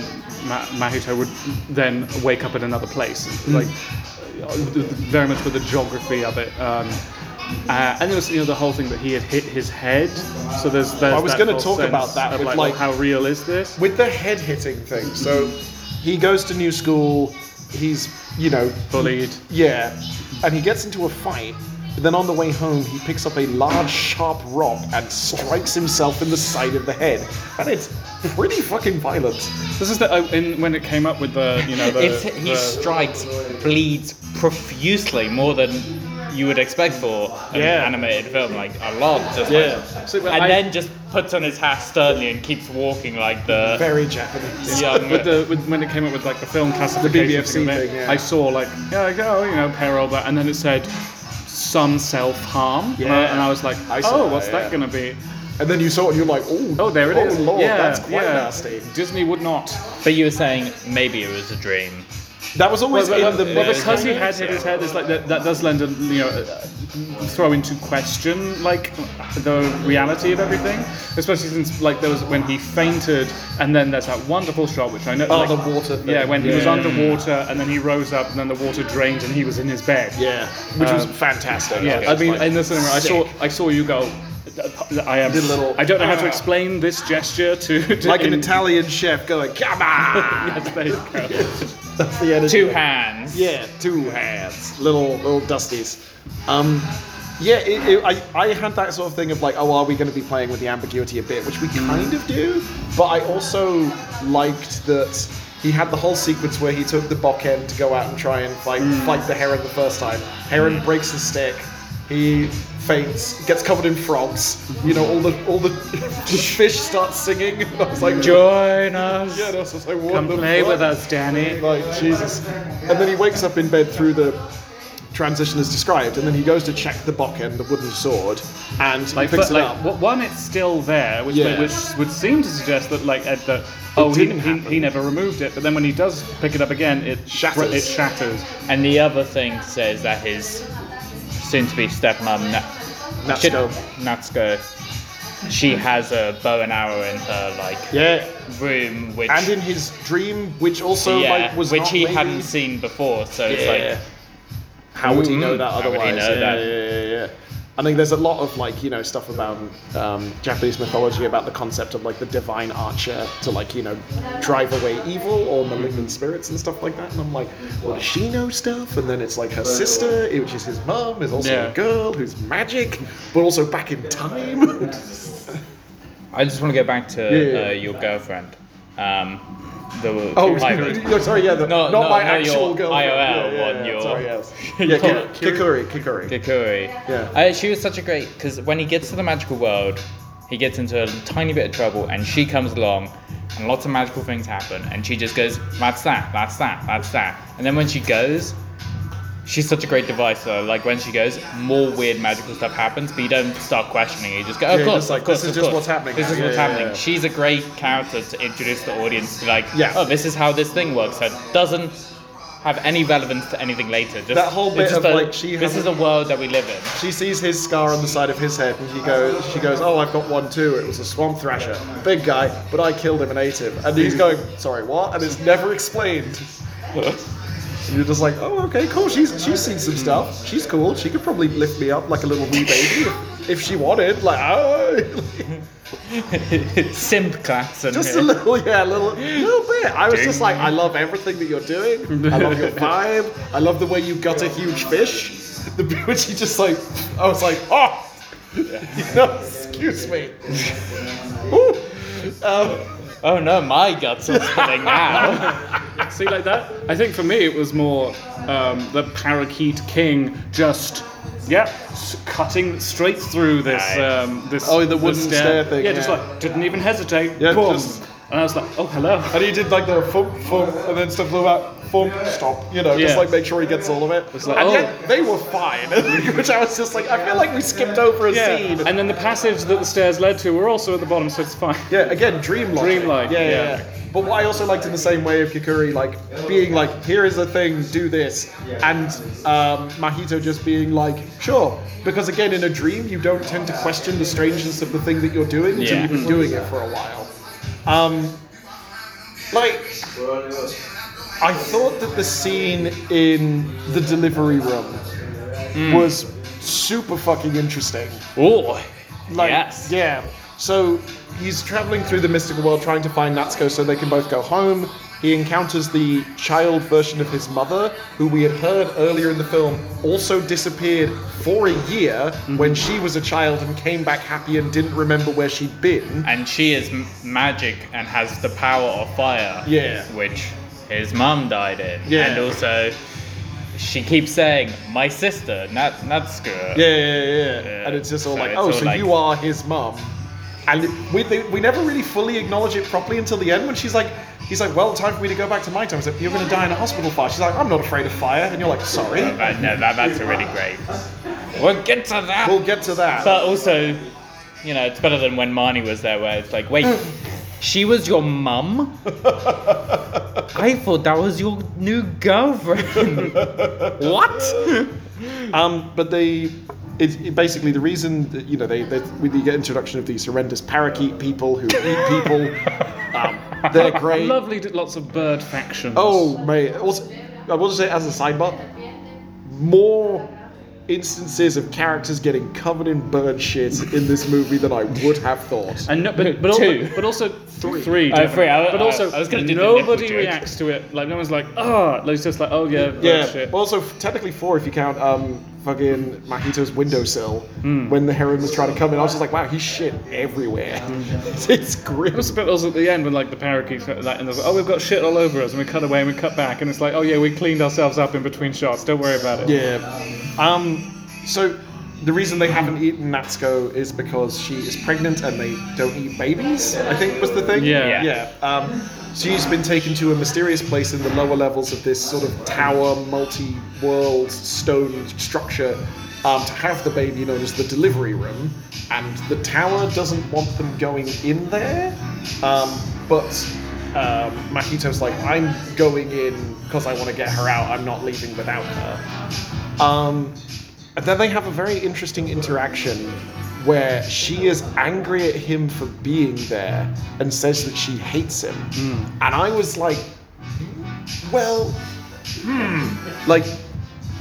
Speaker 4: Ma- Mahito would then wake up in another place. Like, uh, very much with the geography of it. Um, uh, and there was you know the whole thing that he had hit his head. So there's, there's
Speaker 2: was
Speaker 4: going
Speaker 2: gonna
Speaker 4: to
Speaker 2: talk about that
Speaker 4: Of
Speaker 2: with,
Speaker 4: like, well,
Speaker 2: like-
Speaker 4: how real is this?
Speaker 2: with the head hitting thing. So he goes to new school. He's you know
Speaker 4: Bullied.
Speaker 2: Yeah, and he gets into a fight. But then on the way home, he picks up a large, sharp rock and strikes himself in the side of the head. And it's pretty fucking violent.
Speaker 4: This is the oh, in, when it came up with the you know the,
Speaker 3: It's, he
Speaker 4: the-
Speaker 3: strikes, bleeds profusely more than you would expect for an
Speaker 4: Yeah.
Speaker 3: animated film, like a lot. Just
Speaker 4: Yeah.
Speaker 3: like,
Speaker 4: So, but
Speaker 3: and
Speaker 4: I-
Speaker 3: then just puts on his hat sternly and keeps walking like the
Speaker 2: Very Japanese.
Speaker 3: young.
Speaker 4: with the with, when it came up with like the film classification
Speaker 2: BBFC
Speaker 4: of it,
Speaker 2: thing, yeah.
Speaker 4: I saw like yeah like, oh you know peril that and then it said some self harm and, I-
Speaker 2: Yeah.
Speaker 4: and I was like
Speaker 2: I saw
Speaker 4: oh
Speaker 2: that,
Speaker 4: what's
Speaker 2: yeah.
Speaker 4: that gonna be
Speaker 2: And then you saw it and you're like, oh,
Speaker 4: oh there it is
Speaker 2: Oh, lord,
Speaker 4: yeah,
Speaker 2: that's quite
Speaker 4: yeah.
Speaker 2: nasty.
Speaker 4: Disney would not
Speaker 3: But you were saying maybe it was a dream.
Speaker 2: That was always
Speaker 4: well,
Speaker 2: in the
Speaker 4: well,
Speaker 2: mid-
Speaker 4: because he had hit his head it's like that, that does lend a you know uh, throw into question like the reality of everything especially since like there was when he fainted and then there's that wonderful shot which I know
Speaker 2: Oh,
Speaker 4: like,
Speaker 2: the water thing.
Speaker 4: yeah when he was
Speaker 2: Yeah.
Speaker 4: underwater and then he rose up and then the water drained and he was in his bed
Speaker 2: Yeah, which was
Speaker 4: Um,
Speaker 2: fantastic.
Speaker 4: yeah, I
Speaker 2: was
Speaker 4: mean,
Speaker 2: like,
Speaker 4: in the cinema, I saw I saw you go. I am.
Speaker 2: Did a little-
Speaker 4: I don't know how to
Speaker 2: Ah.
Speaker 4: explain this gesture to. to
Speaker 2: like an
Speaker 4: in-
Speaker 2: Italian chef going, come on!
Speaker 4: Yes, there you go.
Speaker 2: That's the energy.
Speaker 3: Two hands.
Speaker 2: Yeah, two hands, little little dusties. Um, yeah, it, it, I I had that sort of thing of like, oh, are we going to be playing with the ambiguity a bit, which we
Speaker 4: Mm-hmm.
Speaker 2: kind of do. But I also liked that he had the whole sequence where he
Speaker 4: Mm.
Speaker 2: took the Bokken to go out and try and fight fight the Heron the first time. Heron breaks the stick. He faints, gets covered in frogs. You know, all the all the fish start singing. And I was like,
Speaker 4: Join us.
Speaker 2: Yeah, and I was just like, what
Speaker 4: Mm. Come
Speaker 2: the
Speaker 4: play
Speaker 2: fuck?
Speaker 4: with us, Danny.
Speaker 2: Like Jesus. And then he wakes up in bed through the transition as described, and then he goes to check the bokken, the wooden sword, and
Speaker 4: Like,
Speaker 2: he picks
Speaker 4: but,
Speaker 2: it
Speaker 4: like
Speaker 2: up.
Speaker 4: w- one, it's still there, which,
Speaker 2: Yeah.
Speaker 4: which would seem to suggest that, like, Ed, that oh, he,
Speaker 2: didn't
Speaker 4: he,
Speaker 2: happen.
Speaker 4: he never removed it. But then when he does pick it up again, it
Speaker 2: Shatters.
Speaker 4: It shatters.
Speaker 3: And the other thing says that his soon-to-be stepmom, Na-
Speaker 2: Natsuko.
Speaker 3: Natsuko, she has a bow and arrow in her like
Speaker 2: Yeah.
Speaker 3: room, which
Speaker 2: And in his dream, which also
Speaker 3: yeah,
Speaker 2: like was
Speaker 3: which
Speaker 2: not
Speaker 3: he
Speaker 2: maybe-
Speaker 3: hadn't seen before. So it's
Speaker 2: Yeah.
Speaker 3: like
Speaker 2: How would he know
Speaker 3: Mm,
Speaker 2: that
Speaker 3: how would he
Speaker 2: otherwise?
Speaker 3: know
Speaker 2: yeah,
Speaker 3: that?
Speaker 2: yeah, yeah, yeah. I think there's a lot of like you know stuff about um, Japanese mythology about the concept of like the divine archer to like you know drive away evil or malignant spirits and stuff like that. And I'm like, well, does she know stuff? And then it's like her sister, which is his mum, is also
Speaker 3: Yeah.
Speaker 2: a girl who's magic, but also back in time.
Speaker 3: I just want to go back to
Speaker 2: Yeah.
Speaker 3: uh, your girlfriend. Um, the
Speaker 2: oh,
Speaker 3: pirate.
Speaker 2: no, sorry, yeah, the,
Speaker 3: No,
Speaker 2: not
Speaker 3: no,
Speaker 2: my
Speaker 3: no, your
Speaker 2: actual girl.
Speaker 3: IRL
Speaker 2: yeah, yeah,
Speaker 3: one,
Speaker 2: yeah,
Speaker 3: your-
Speaker 2: sorry, yes. yeah, Ki- Kikuri, Kikuri.
Speaker 3: Kakuri.
Speaker 2: Yeah.
Speaker 3: Uh, she was such a great because when he gets to the magical world, he gets into a tiny bit of trouble, and she comes along, and lots of magical things happen, and she just goes, "That's that. That's that. That's that." And then when she goes, she's such a great device. Though, like when she goes, more weird magical stuff happens, but you don't start questioning. it. You just go, "Oh, "Of
Speaker 2: Yeah, you're
Speaker 3: course,
Speaker 2: just like,
Speaker 3: of course,
Speaker 2: this is
Speaker 3: of
Speaker 2: just what's
Speaker 3: course.
Speaker 2: happening
Speaker 3: This
Speaker 2: now."
Speaker 3: is
Speaker 2: Yeah,
Speaker 3: what's
Speaker 2: yeah,
Speaker 3: happening."
Speaker 2: yeah.
Speaker 3: She's a great character to introduce the audience to, like,
Speaker 2: Yeah.
Speaker 3: "Oh, this is how this thing works." That doesn't have any relevance to anything later. Just,
Speaker 2: That whole
Speaker 3: it's
Speaker 2: bit
Speaker 3: just
Speaker 2: of,
Speaker 3: a-
Speaker 2: like, she
Speaker 3: this
Speaker 2: hasn't-
Speaker 3: is a world that we live in.
Speaker 2: She sees his scar on the side of his head, and he goes, she goes, "Oh, I've got one too. It was a swamp thrasher, big guy, but I killed him and ate him." And he's going, "Sorry, what?" And it's never explained. And you're just like, "Oh, okay, cool. She's she's seen some stuff. She's cool. She could probably lift me up like a little wee baby if- if she wanted. Like, oh,
Speaker 3: Simp class and
Speaker 2: just a little, yeah, a little, little bit." I was just like, "I love everything that you're doing. I love your vibe. I love the way you gut a huge fish." The bit which he just like, I was like, "Oh." No, excuse me. Ooh. Um,
Speaker 3: oh no, my guts are spilling now.
Speaker 4: See, like that. I think for me, it was more um, the parakeet king just. Yep, s- cutting straight through this
Speaker 3: Aye.
Speaker 4: um, this
Speaker 2: Oh, the
Speaker 4: this
Speaker 2: wooden stair thing,
Speaker 4: Yeah, just
Speaker 2: yeah.
Speaker 4: like didn't even hesitate.
Speaker 2: Yeah,
Speaker 4: boom.
Speaker 2: just-
Speaker 4: And I was like, oh hello.
Speaker 2: and he did like the thump, thump, and then stuff blew out, thump, stop, you know, just
Speaker 4: Yeah.
Speaker 2: like make sure he gets all of it.
Speaker 4: like,
Speaker 2: and
Speaker 4: oh.
Speaker 2: yet they were fine, which I was just like, I feel like we skipped over a
Speaker 4: Yeah.
Speaker 2: scene.
Speaker 4: And then the passage that the stairs led to were also at the bottom, so it's fine.
Speaker 2: yeah, again, dream like.
Speaker 4: Dreamlike,
Speaker 2: Yeah, yeah,
Speaker 4: yeah.
Speaker 2: yeah. But what I also liked in the same way of Kikuri, like being like, here is a thing, do this, and um, Mahito just being like, sure, because again, in a dream, you don't tend to question the strangeness of the thing that you're doing until
Speaker 3: Yeah.
Speaker 2: you've been doing it for a while. Um, like, I thought that the scene in the delivery room
Speaker 4: Hmm.
Speaker 2: was super fucking interesting.
Speaker 3: Oh,
Speaker 2: Like,
Speaker 3: yes.
Speaker 2: Yeah. So he's traveling through the mystical world trying to find Natsuko so they can both go home. He encounters the child version of his mother, who we had heard earlier in the film also disappeared for a year
Speaker 3: Mm-hmm.
Speaker 2: when she was a child and came back happy and didn't remember where she'd been.
Speaker 3: And she is m- magic and has the power of fire.
Speaker 2: Yeah.
Speaker 3: Which his mum died in.
Speaker 2: Yeah.
Speaker 3: And also, she keeps saying, "My sister, not Natsuko."
Speaker 2: Yeah, yeah, yeah.
Speaker 3: Yeah.
Speaker 2: And it's just all
Speaker 3: So
Speaker 2: like,
Speaker 3: it's
Speaker 2: oh,
Speaker 3: all
Speaker 2: so
Speaker 3: like-
Speaker 2: you are his mum. And it- we, they, we never really fully acknowledge it properly until the end when she's like, he's like, well, time for me to go back to my time. He's like, you're going to die in a hospital fire. She's like, I'm not afraid of fire. And you're like, sorry.
Speaker 3: But no, that, that's really great. We'll get to that.
Speaker 2: We'll get to that.
Speaker 3: But also, you know, it's better than when Marnie was there, where it's like, wait, she was your mum? I thought that was your new girlfriend. what?
Speaker 2: um, but they, it, it basically the reason that, you know they, they we you get introduction of these horrendous parakeet people who eat people. um, they're great.
Speaker 4: Lovely, d- lots of bird factions.
Speaker 2: Oh, mate. Also, I will just say, as a sidebar, more instances of characters getting covered in bird shit in this movie than I would have thought.
Speaker 4: And no, but but, al-
Speaker 3: Two.
Speaker 4: but also three,
Speaker 3: Oh,
Speaker 4: definitely.
Speaker 3: three. I-
Speaker 4: but
Speaker 3: I-
Speaker 4: also
Speaker 3: I was gonna do the nipple
Speaker 4: nobody
Speaker 3: joke.
Speaker 4: reacts to it. Like no one's like, oh, it's just like, oh yeah, bird
Speaker 2: yeah.
Speaker 4: shit.
Speaker 2: Also, f- technically four if you count um, fucking Mahito's windowsill
Speaker 4: Hmm.
Speaker 2: when the heron was trying to come in. I was just like, wow, he's shit everywhere. it's grim.
Speaker 4: It was a bit also at the end when like the parakeets like and there's like, oh we've got shit all over us and we cut away and we cut back and it's like oh yeah we cleaned ourselves up in between shots don't worry about it
Speaker 2: Yeah. Um. So the reason they haven't eaten Natsuko is because she is pregnant and they don't eat babies. I think was the thing.
Speaker 4: Yeah.
Speaker 2: Yeah. Um, she's been taken to a mysterious place in the lower levels of this sort of tower, multi-world stone structure um, to have the baby, known as the delivery room. And the tower doesn't want them going in there, um, but um, Makito's like, I'm going in because I want to get her out. I'm not leaving without her. Um, and then they have a very interesting interaction where she is angry at him for being there and says that she hates him.
Speaker 3: Hmm.
Speaker 2: And I was like, well, hmm. like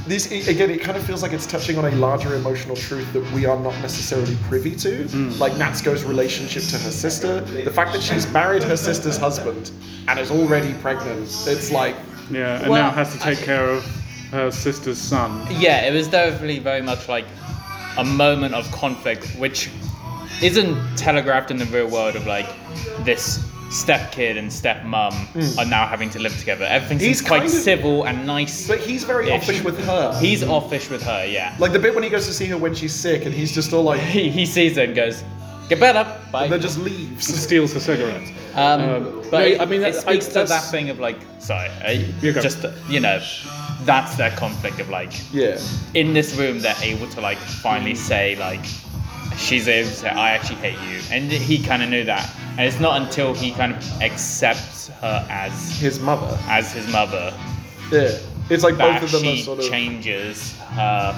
Speaker 2: this i- again it kind of feels like it's touching on a larger emotional truth that we are not necessarily privy to
Speaker 3: Hmm.
Speaker 2: like natsuko's relationship to her sister the fact that she's married her sister's husband and is already pregnant it's like
Speaker 4: Yeah, and
Speaker 3: Well,
Speaker 4: now has to take
Speaker 3: I-
Speaker 4: care of her sister's son.
Speaker 3: Yeah, it was definitely very much like a moment of conflict, which isn't telegraphed in the real world of like this step kid and step mum are now having to live together. Everything seems
Speaker 2: Hmm. He's
Speaker 3: quite
Speaker 2: kind of-
Speaker 3: civil and nice.
Speaker 2: but he's very
Speaker 3: Yeah,
Speaker 2: offish
Speaker 3: she-
Speaker 2: with her
Speaker 3: He's offish with her, yeah.
Speaker 2: like the bit when he goes to see her when she's sick and he's just all like
Speaker 3: He, he sees her and goes, "Get better." Bye.
Speaker 2: and then just leaves
Speaker 4: Steals her cigarette.
Speaker 3: Um,
Speaker 4: Um,
Speaker 3: but
Speaker 4: no,
Speaker 3: it,
Speaker 4: I mean,
Speaker 3: it
Speaker 4: that- I-
Speaker 3: speaks to that
Speaker 4: that's-
Speaker 3: thing of like, sorry,
Speaker 4: You
Speaker 3: I,
Speaker 4: go.
Speaker 3: just you know, that's their conflict of like,
Speaker 2: yeah
Speaker 3: in this room they're able to like finally say like, she's able to say, I actually hate you, and he kind of knew that, and it's not until he kind of accepts her as
Speaker 2: his mother
Speaker 3: as his mother
Speaker 2: yeah it's like
Speaker 3: that
Speaker 2: both of them are
Speaker 3: she
Speaker 2: sort of
Speaker 3: changes her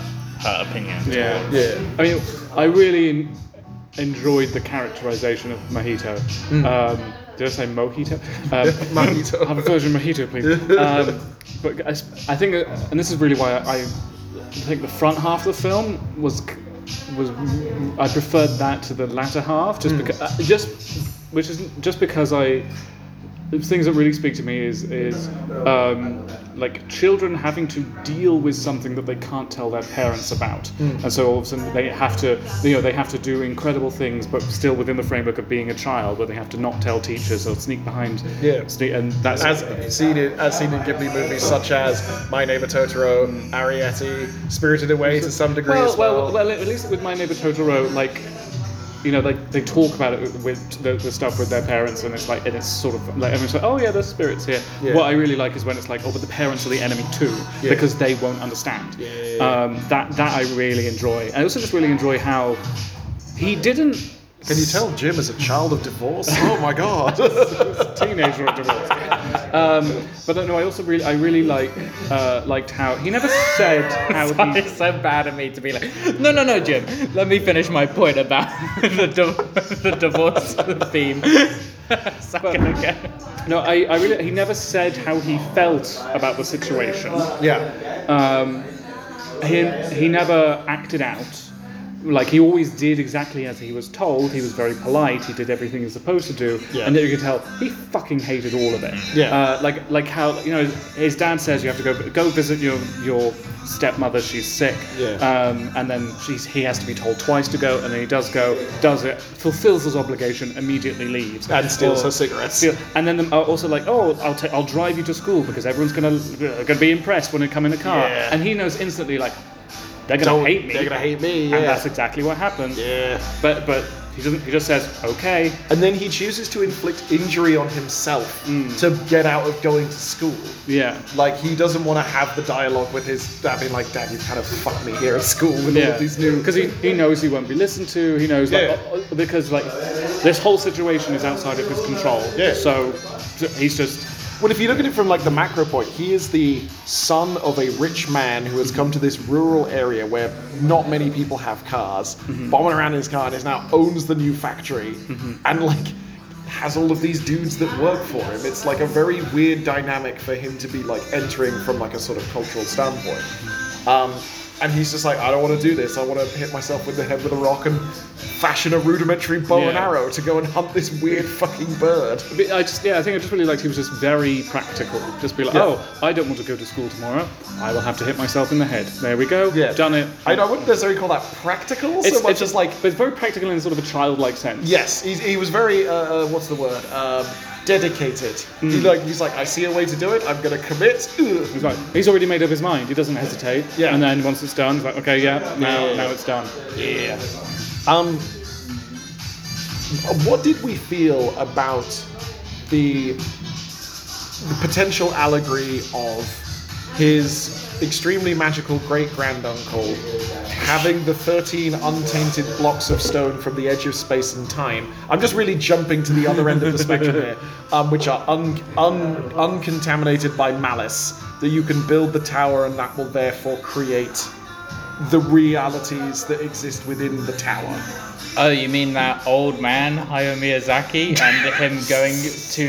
Speaker 3: her opinion.
Speaker 4: Yeah.
Speaker 2: yeah
Speaker 4: I mean, I really en- enjoyed the characterization of Mojito. Um, did I say Mojito? Um,
Speaker 2: Mojito.
Speaker 4: Have a version of Mojito, please. um, but I, s- I think, that- and this is really why I, I think the front half of the film was c- was I preferred that to the latter half, just because uh, just which is just because I. the Things that really speak to me is is um, like children having to deal with something that they can't tell their parents about,
Speaker 2: Hmm.
Speaker 4: and so all of a sudden they have to, you know, they have to do incredible things, but still within the framework of being a child, where they have to not tell teachers or sneak behind.
Speaker 2: Yeah.
Speaker 4: sneak, and that's
Speaker 2: as seen in as seen in Ghibli movies such as My Neighbor Totoro, Ariete, Spirited Away to some degree
Speaker 4: well,
Speaker 2: as well.
Speaker 4: well, well, at least with my neighbor Totoro, like, you know, like they talk about it with- with the, the stuff with their parents, and it's like, and it's sort of like everyone's like, oh yeah, there's spirits here.
Speaker 2: Yeah.
Speaker 4: What I really like is when it's like, oh, but the parents are the enemy too,
Speaker 2: Yeah.
Speaker 4: because they won't understand.
Speaker 2: Yeah, yeah, yeah.
Speaker 4: Um, that that I really enjoy. I also just really enjoy how he didn't.
Speaker 2: Can you tell Jim is a child of divorce? Oh my god.
Speaker 4: teenager of divorce. Um, but no, I also really, I really like, uh, liked how he never said how
Speaker 3: Sorry,
Speaker 4: he
Speaker 3: it's so bad of me to be like, no, no, no, Jim. Let me finish my point about the, di- the divorce theme. Second again.
Speaker 4: No, I, I really, he never said how he felt about the situation.
Speaker 2: yeah.
Speaker 4: Um, he, he never acted out. Like, he always did exactly as he was told. He was very polite. He did everything he was supposed to do.
Speaker 2: Yeah.
Speaker 4: And then you could tell he fucking hated all of it.
Speaker 2: Yeah.
Speaker 4: Uh, like, like how, you know, his dad says you have to go go visit your, your stepmother. She's sick.
Speaker 2: Yeah.
Speaker 4: Um, and then she's, he has to be told twice to go. And then he does go, does it, fulfills his obligation, immediately leaves.
Speaker 2: And steals
Speaker 4: Or-
Speaker 2: her cigarettes.
Speaker 4: steal- and then them are also like, oh, I'll ta- I'll drive you to school because everyone's gonna uh, gonna be impressed when they come in a car.
Speaker 2: Yeah.
Speaker 4: And he knows instantly like they're gonna
Speaker 2: Don't,
Speaker 4: hate me.
Speaker 2: They're gonna hate me. Yeah.
Speaker 4: And that's exactly what happens.
Speaker 2: yeah.
Speaker 4: But but he doesn't. He just says okay.
Speaker 2: And then he chooses to inflict injury on himself to get out of going to school.
Speaker 4: Yeah.
Speaker 2: Like he doesn't want to have the dialogue with his dad being like, Dad, you kind of fucked me here at school with all
Speaker 4: Yeah,
Speaker 2: of these new
Speaker 4: because he, he knows he won't be listened to. He knows like
Speaker 2: Yeah.
Speaker 4: oh, oh, because like this whole situation is outside of his control.
Speaker 2: Yeah.
Speaker 4: So so he's just
Speaker 2: Well, if you look at it from like the macro point, he is the son of a rich man who has come to this rural area where not many people have cars, bombing around in his car, and is now owns the new factory, and like has all of these dudes that work for him. It's like a very weird dynamic for him to be like entering from like a sort of cultural standpoint. Um, and he's just like, I don't want to do this. I want to hit myself with the head with a rock and fashion a rudimentary bow and
Speaker 4: Yeah.
Speaker 2: arrow to go and hunt this weird fucking bird.
Speaker 4: But I just yeah, I think I just really liked he was just very practical. Just be like,
Speaker 2: Yeah.
Speaker 4: oh, I don't want to go to school tomorrow. I will have to hit myself in the head. There we go.
Speaker 2: Yeah.
Speaker 4: Done it.
Speaker 2: I, I wouldn't necessarily call that practical so much as like.
Speaker 4: but it's very practical in sort of a childlike sense.
Speaker 2: Yes, he, he was very. Uh, uh, what's the word? Um, dedicated. He
Speaker 4: Mm.
Speaker 2: like he's like, I see a way to do it. I'm gonna commit. Ugh.
Speaker 4: He's like, he's already made up his mind. He doesn't hesitate.
Speaker 2: Yeah.
Speaker 4: And then once it's done, he's like, okay, yeah, now,
Speaker 2: Yeah.
Speaker 4: now it's done.
Speaker 2: Yeah. Um, what did we feel about the, the potential allegory of his extremely magical great granduncle having the 13 untainted blocks of stone from the edge of space and time? I'm just really jumping to the other end of the spectrum here, um, which are un, un, uncontaminated by malice, that you can build the tower and that will therefore create the realities that exist within the tower.
Speaker 3: Oh, you mean that old man Hayao Miyazaki and him going to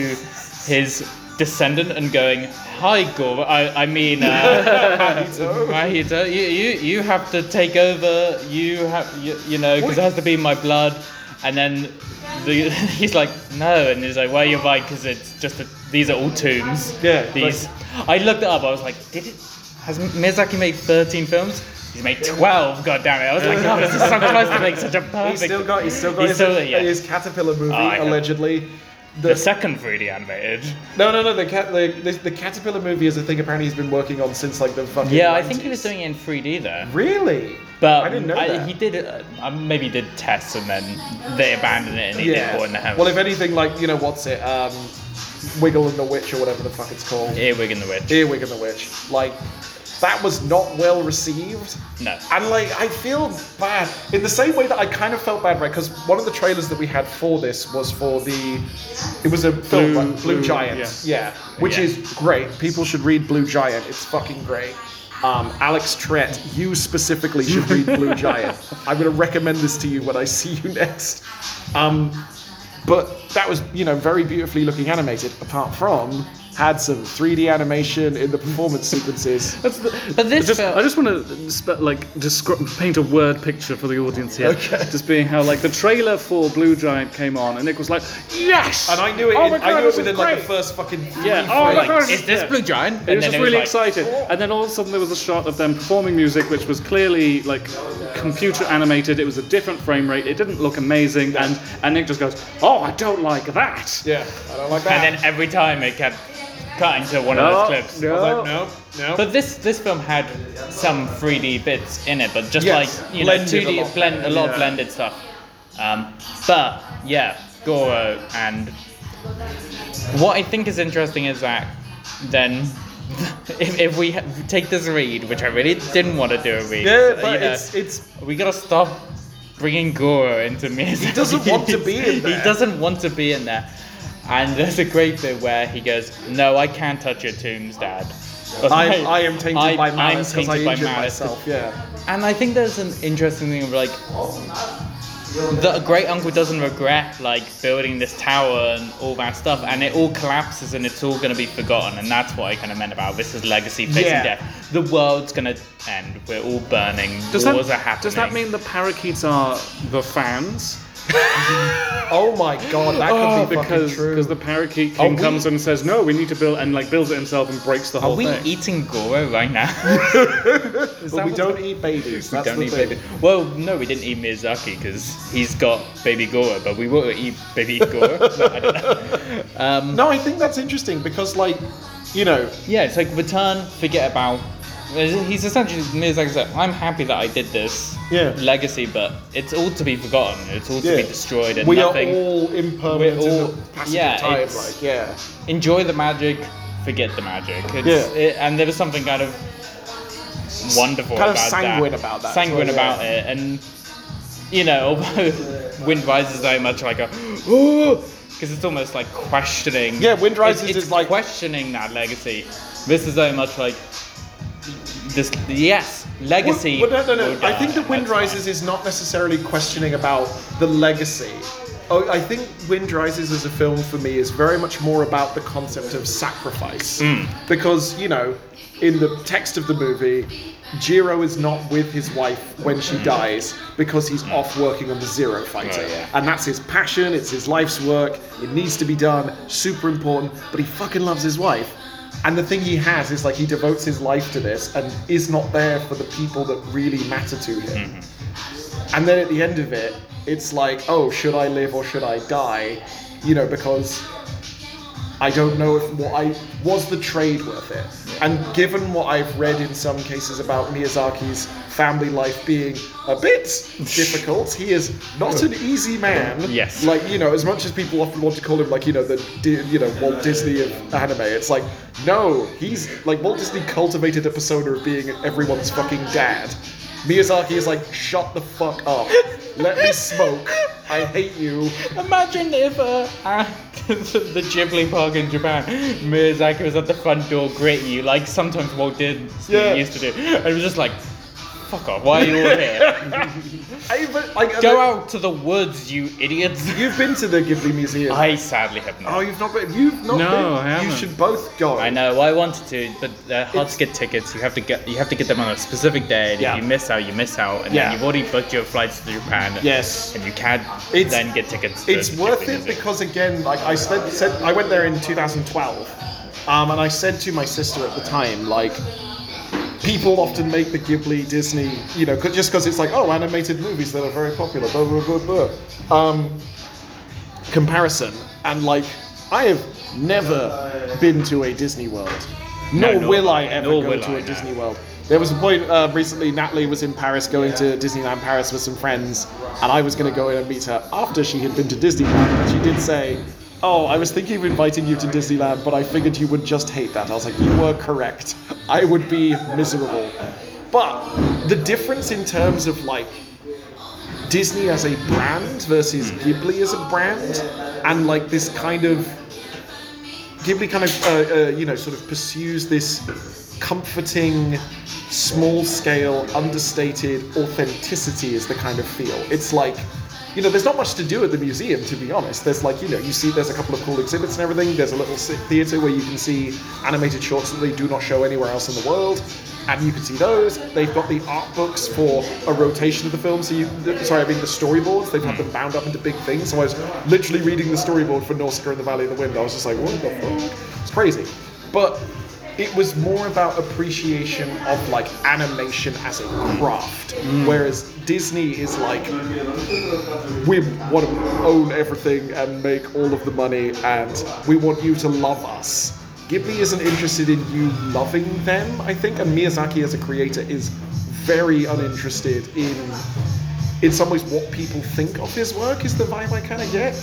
Speaker 3: his descendant and going, "Hi, Goro. I, I mean, uh, Mahito, you, you you have to take over. You have you, you know because it has to be my blood." And then the, he's like, "No," and he's like, "Well, you're right because it's just a, these are all tombs.
Speaker 2: Yeah,
Speaker 3: these." I looked it up. I was like, "Did it? Has Miyazaki made 13 films?" He's made 12, God damn it! I was like, oh, this is so close to make such a perfect...
Speaker 2: He's still got, he's still got
Speaker 3: He's
Speaker 2: his,
Speaker 3: still- yeah.
Speaker 2: his caterpillar movie,
Speaker 3: I know.
Speaker 2: allegedly.
Speaker 3: The second 3D animated.
Speaker 2: no, no, no. The, cat, the, the the caterpillar movie is a thing apparently he's been working on since like the fucking.
Speaker 3: Yeah, I think he was
Speaker 2: 90s.
Speaker 3: doing it in 3D there.
Speaker 2: Really?
Speaker 3: But
Speaker 2: I didn't know that.
Speaker 3: he did. Uh, uh, maybe did tests and then they abandoned it and he did Born in the House.
Speaker 2: Well, if anything, like you know, what's it? Um, Wiggle and the Witch or whatever the fuck it's called.
Speaker 3: Earwig and the Witch.
Speaker 2: Earwig and the Witch. Like that was not well received.
Speaker 3: no.
Speaker 2: And like, I feel bad in the same way that I kind of felt bad, right? Because one of the trailers that we had for this was for the, it was a film,
Speaker 4: Blue-
Speaker 2: right? Blue,
Speaker 4: Blue,
Speaker 2: Giant, yeah, which
Speaker 3: Yeah.
Speaker 2: is great. People should read Blue Giant. It's fucking great. Um, Alex Trett, you specifically should read Blue Giant. I'm gonna recommend this to you when I see you next. Um, but that was, you know, very beautifully looking animated. Apart from had some 3D animation in the performance sequences.
Speaker 4: That's the,
Speaker 3: But this
Speaker 4: I just,
Speaker 3: felt-
Speaker 4: I just want to spe- like descri- paint a word picture for the audience here.
Speaker 2: Okay.
Speaker 4: Just being how like the trailer for Blue Giant came on and Nick was like, yes.
Speaker 2: And I knew it.
Speaker 4: Oh
Speaker 2: in-
Speaker 4: my God,
Speaker 2: I knew
Speaker 4: this
Speaker 2: it
Speaker 4: is
Speaker 2: within like the
Speaker 4: great.
Speaker 2: first fucking.
Speaker 4: Yeah.
Speaker 2: three
Speaker 4: Oh my
Speaker 2: frames.
Speaker 3: Like,
Speaker 4: God,
Speaker 3: is this
Speaker 4: yeah.
Speaker 3: Blue Giant?
Speaker 4: It was
Speaker 3: then
Speaker 4: just really
Speaker 3: like,
Speaker 4: excited, and then all of a sudden there was a shot of them performing music, which was clearly like computer animated. It was a different frame rate. It didn't look amazing, and and Nick just goes, "Oh, I don't like that."
Speaker 2: Yeah. I don't like that.
Speaker 3: And then every time it kept cutting to one of those clips.
Speaker 2: I
Speaker 4: no.
Speaker 2: was like, no, no.
Speaker 3: But this this film had some 3D bits in it, but just
Speaker 2: Yes,
Speaker 3: like you know,
Speaker 2: blended
Speaker 3: 2D
Speaker 2: a lot.
Speaker 3: blend a lot of
Speaker 4: Yeah.
Speaker 3: blended stuff. Um, but yeah, Goro and what I think is interesting is that then. If, if we ha- take this read, which I really didn't want to do a read,
Speaker 2: yeah,
Speaker 3: you
Speaker 2: but
Speaker 3: know,
Speaker 2: it's it's
Speaker 3: we gotta stop bringing Goro into Miyazaki. He
Speaker 2: doesn't want to be in there.
Speaker 3: He doesn't want to be in there. And there's a great bit where he goes, "No, I can't touch your tombs, Dad." Or
Speaker 2: I,
Speaker 3: something.
Speaker 2: I am tainted
Speaker 3: I-
Speaker 2: by
Speaker 3: I'm
Speaker 2: malice because I
Speaker 3: tainted by
Speaker 2: injured
Speaker 3: malice.
Speaker 2: myself. Yeah.
Speaker 3: And I think there's an interesting thing of like the great uncle doesn't regret like building this tower and all that stuff, and it all collapses and it's all going to be forgotten, and that's what I kind of meant about this is legacy facing
Speaker 2: Yeah.
Speaker 3: death. The world's going to end. We're all burning.
Speaker 4: Does that,
Speaker 3: Wars are happening.
Speaker 4: does that mean the parakeets are the fans?
Speaker 2: Oh my god, that could be
Speaker 4: Oh, because
Speaker 2: fucking true.
Speaker 4: because the parakeet king
Speaker 2: we-
Speaker 4: comes and says no, we need to build and like builds it himself and breaks the
Speaker 2: Oh,
Speaker 3: Are
Speaker 4: whole
Speaker 3: we
Speaker 4: thing.
Speaker 2: e-
Speaker 3: eating Goro right now?
Speaker 2: but we don't eat babies. That's
Speaker 3: Don't
Speaker 2: the
Speaker 3: eat
Speaker 2: thing.
Speaker 3: baby. Well, no, we didn't eat Miyazaki because he's got baby Goro, but we will eat baby Goro. No, I don't know. Um,
Speaker 2: No, I think that's interesting because like, you know,
Speaker 3: Yeah, it's like return, forget about. He's essentially Miyazaki's like, I'm happy that I did this
Speaker 2: Yeah.
Speaker 3: legacy, but it's all to be forgotten. It's all to
Speaker 2: yeah,
Speaker 3: be destroyed and
Speaker 2: we
Speaker 3: nothing.
Speaker 2: are all impermanent
Speaker 3: We're all-
Speaker 2: in the passage
Speaker 3: yeah,
Speaker 2: of time.
Speaker 3: it's-
Speaker 2: Like, yeah.
Speaker 3: Enjoy the magic, forget the magic. It's,
Speaker 2: Yeah.
Speaker 3: it- and there was something kind of wonderful
Speaker 2: Kind of
Speaker 3: about
Speaker 2: sanguine
Speaker 3: that.
Speaker 2: about that as
Speaker 3: Sanguine
Speaker 2: well,
Speaker 3: about it, and you know, although Wind Rises very much like a ooh, because it's almost like questioning.
Speaker 2: Yeah, Wind
Speaker 3: It-
Speaker 2: Rises
Speaker 3: it's
Speaker 2: is like-
Speaker 3: questioning that legacy. This is very much like this. Yes, legacy.
Speaker 2: Well, well, no, no,
Speaker 3: will
Speaker 2: no. I
Speaker 3: die,
Speaker 2: think that Wind
Speaker 3: that's fine.
Speaker 2: Rises is not necessarily questioning about the legacy. Oh, I think Wind Rises as a film for me is very much more about the concept of sacrifice. Because, you know, in the text of the movie, Jiro is not with his wife when she dies because he's off working on the Zero Fighter.
Speaker 3: Right, yeah.
Speaker 2: And that's his passion, it's his life's work, it needs to be done, super important, but he fucking loves his wife. And the thing he has is like he devotes his life to this and is not there for the people that really matter to him. And then at the end of it, it's like, oh, should I live or should I die? You know, because I don't know if what I was the trade worth it. And given what I've read in some cases about Miyazaki's family life being a bit difficult, he is not an easy man.
Speaker 3: Yes.
Speaker 2: Like you know, as much as people often want to call him like you know the Di- you know Walt Disney of anime, it's like no, he's like Walt Disney cultivated a persona of being everyone's fucking dad. Miyazaki is like, shut the fuck up. Let me smoke. I hate you.
Speaker 3: Imagine if uh, uh, the Ghibli Park in Japan, Miyazaki was at the front door greeting you, like sometimes Walt Disney
Speaker 2: Yeah.
Speaker 3: used to do. And it was just like, fuck off, why are you all here?
Speaker 2: I, but, like,
Speaker 3: Go out to the woods, you idiots.
Speaker 2: You've been to the Ghibli Museum.
Speaker 3: I sadly have not.
Speaker 2: oh, you've not been. You've not
Speaker 4: No,
Speaker 2: been.
Speaker 4: I
Speaker 2: You
Speaker 4: haven't.
Speaker 2: should both go.
Speaker 3: I know. I wanted to, but they're hard to get tickets. You have to get you have to get them on a specific day. And
Speaker 2: Yeah.
Speaker 3: If you miss out, you miss out, and
Speaker 2: Yeah.
Speaker 3: then you've already booked your flights to Japan.
Speaker 2: Yes.
Speaker 3: And you can't
Speaker 2: It's-
Speaker 3: then get tickets. to
Speaker 2: It's
Speaker 3: the
Speaker 2: worth
Speaker 3: Japanese
Speaker 2: it
Speaker 3: museum.
Speaker 2: because again, like I spent, said, I went there in 2012, um, and I said to my sister at the time, like, people often make the Ghibli Disney, you know, 'cause- just because it's like, oh, animated movies that are very popular, blah blah blah blah. blah. Um, comparison, and like, I have never been to a Disney World, nor
Speaker 3: No, nor
Speaker 2: will
Speaker 3: will
Speaker 2: I
Speaker 3: I,
Speaker 2: ever
Speaker 3: nor
Speaker 2: go
Speaker 3: will
Speaker 2: to a
Speaker 3: I, no.
Speaker 2: Disney World. There was a point uh, recently. Natalie was in Paris, going to Disneyland Paris with some friends, and I was going to go in and meet her after she had been to Disneyland. And she did say, "Oh, I was thinking of inviting you to Disneyland, but I figured you would just hate that." I was like, "You were correct. I would be miserable." But the difference in terms of like Disney as a brand versus Ghibli as a brand, and like this kind of Ghibli kind of uh, uh, you know sort of pursues this comforting, small scale, understated authenticity is the kind of feel. It's like you know there's not much to do at the museum to be honest. There's like you know you see there's a couple of cool exhibits and everything. There's a little si- theater where you can see animated shorts that they do not show anywhere else in the world. And you can see those. They've got the art books for a rotation of the film. So you, sorry, I mean the storyboards. They've had them bound up into big things. So I was literally reading the storyboard for Nausicaa and the Valley of the Wind. I was just like, what the fuck? It's crazy. But it was more about appreciation of like animation as a craft, whereas Disney is like we want to own everything and make all of the money, and we want you to love us. Ghibli isn't interested in you loving them, I think, and Miyazaki as a creator is very uninterested in, in some ways, what people think of his work is the vibe I kind of get.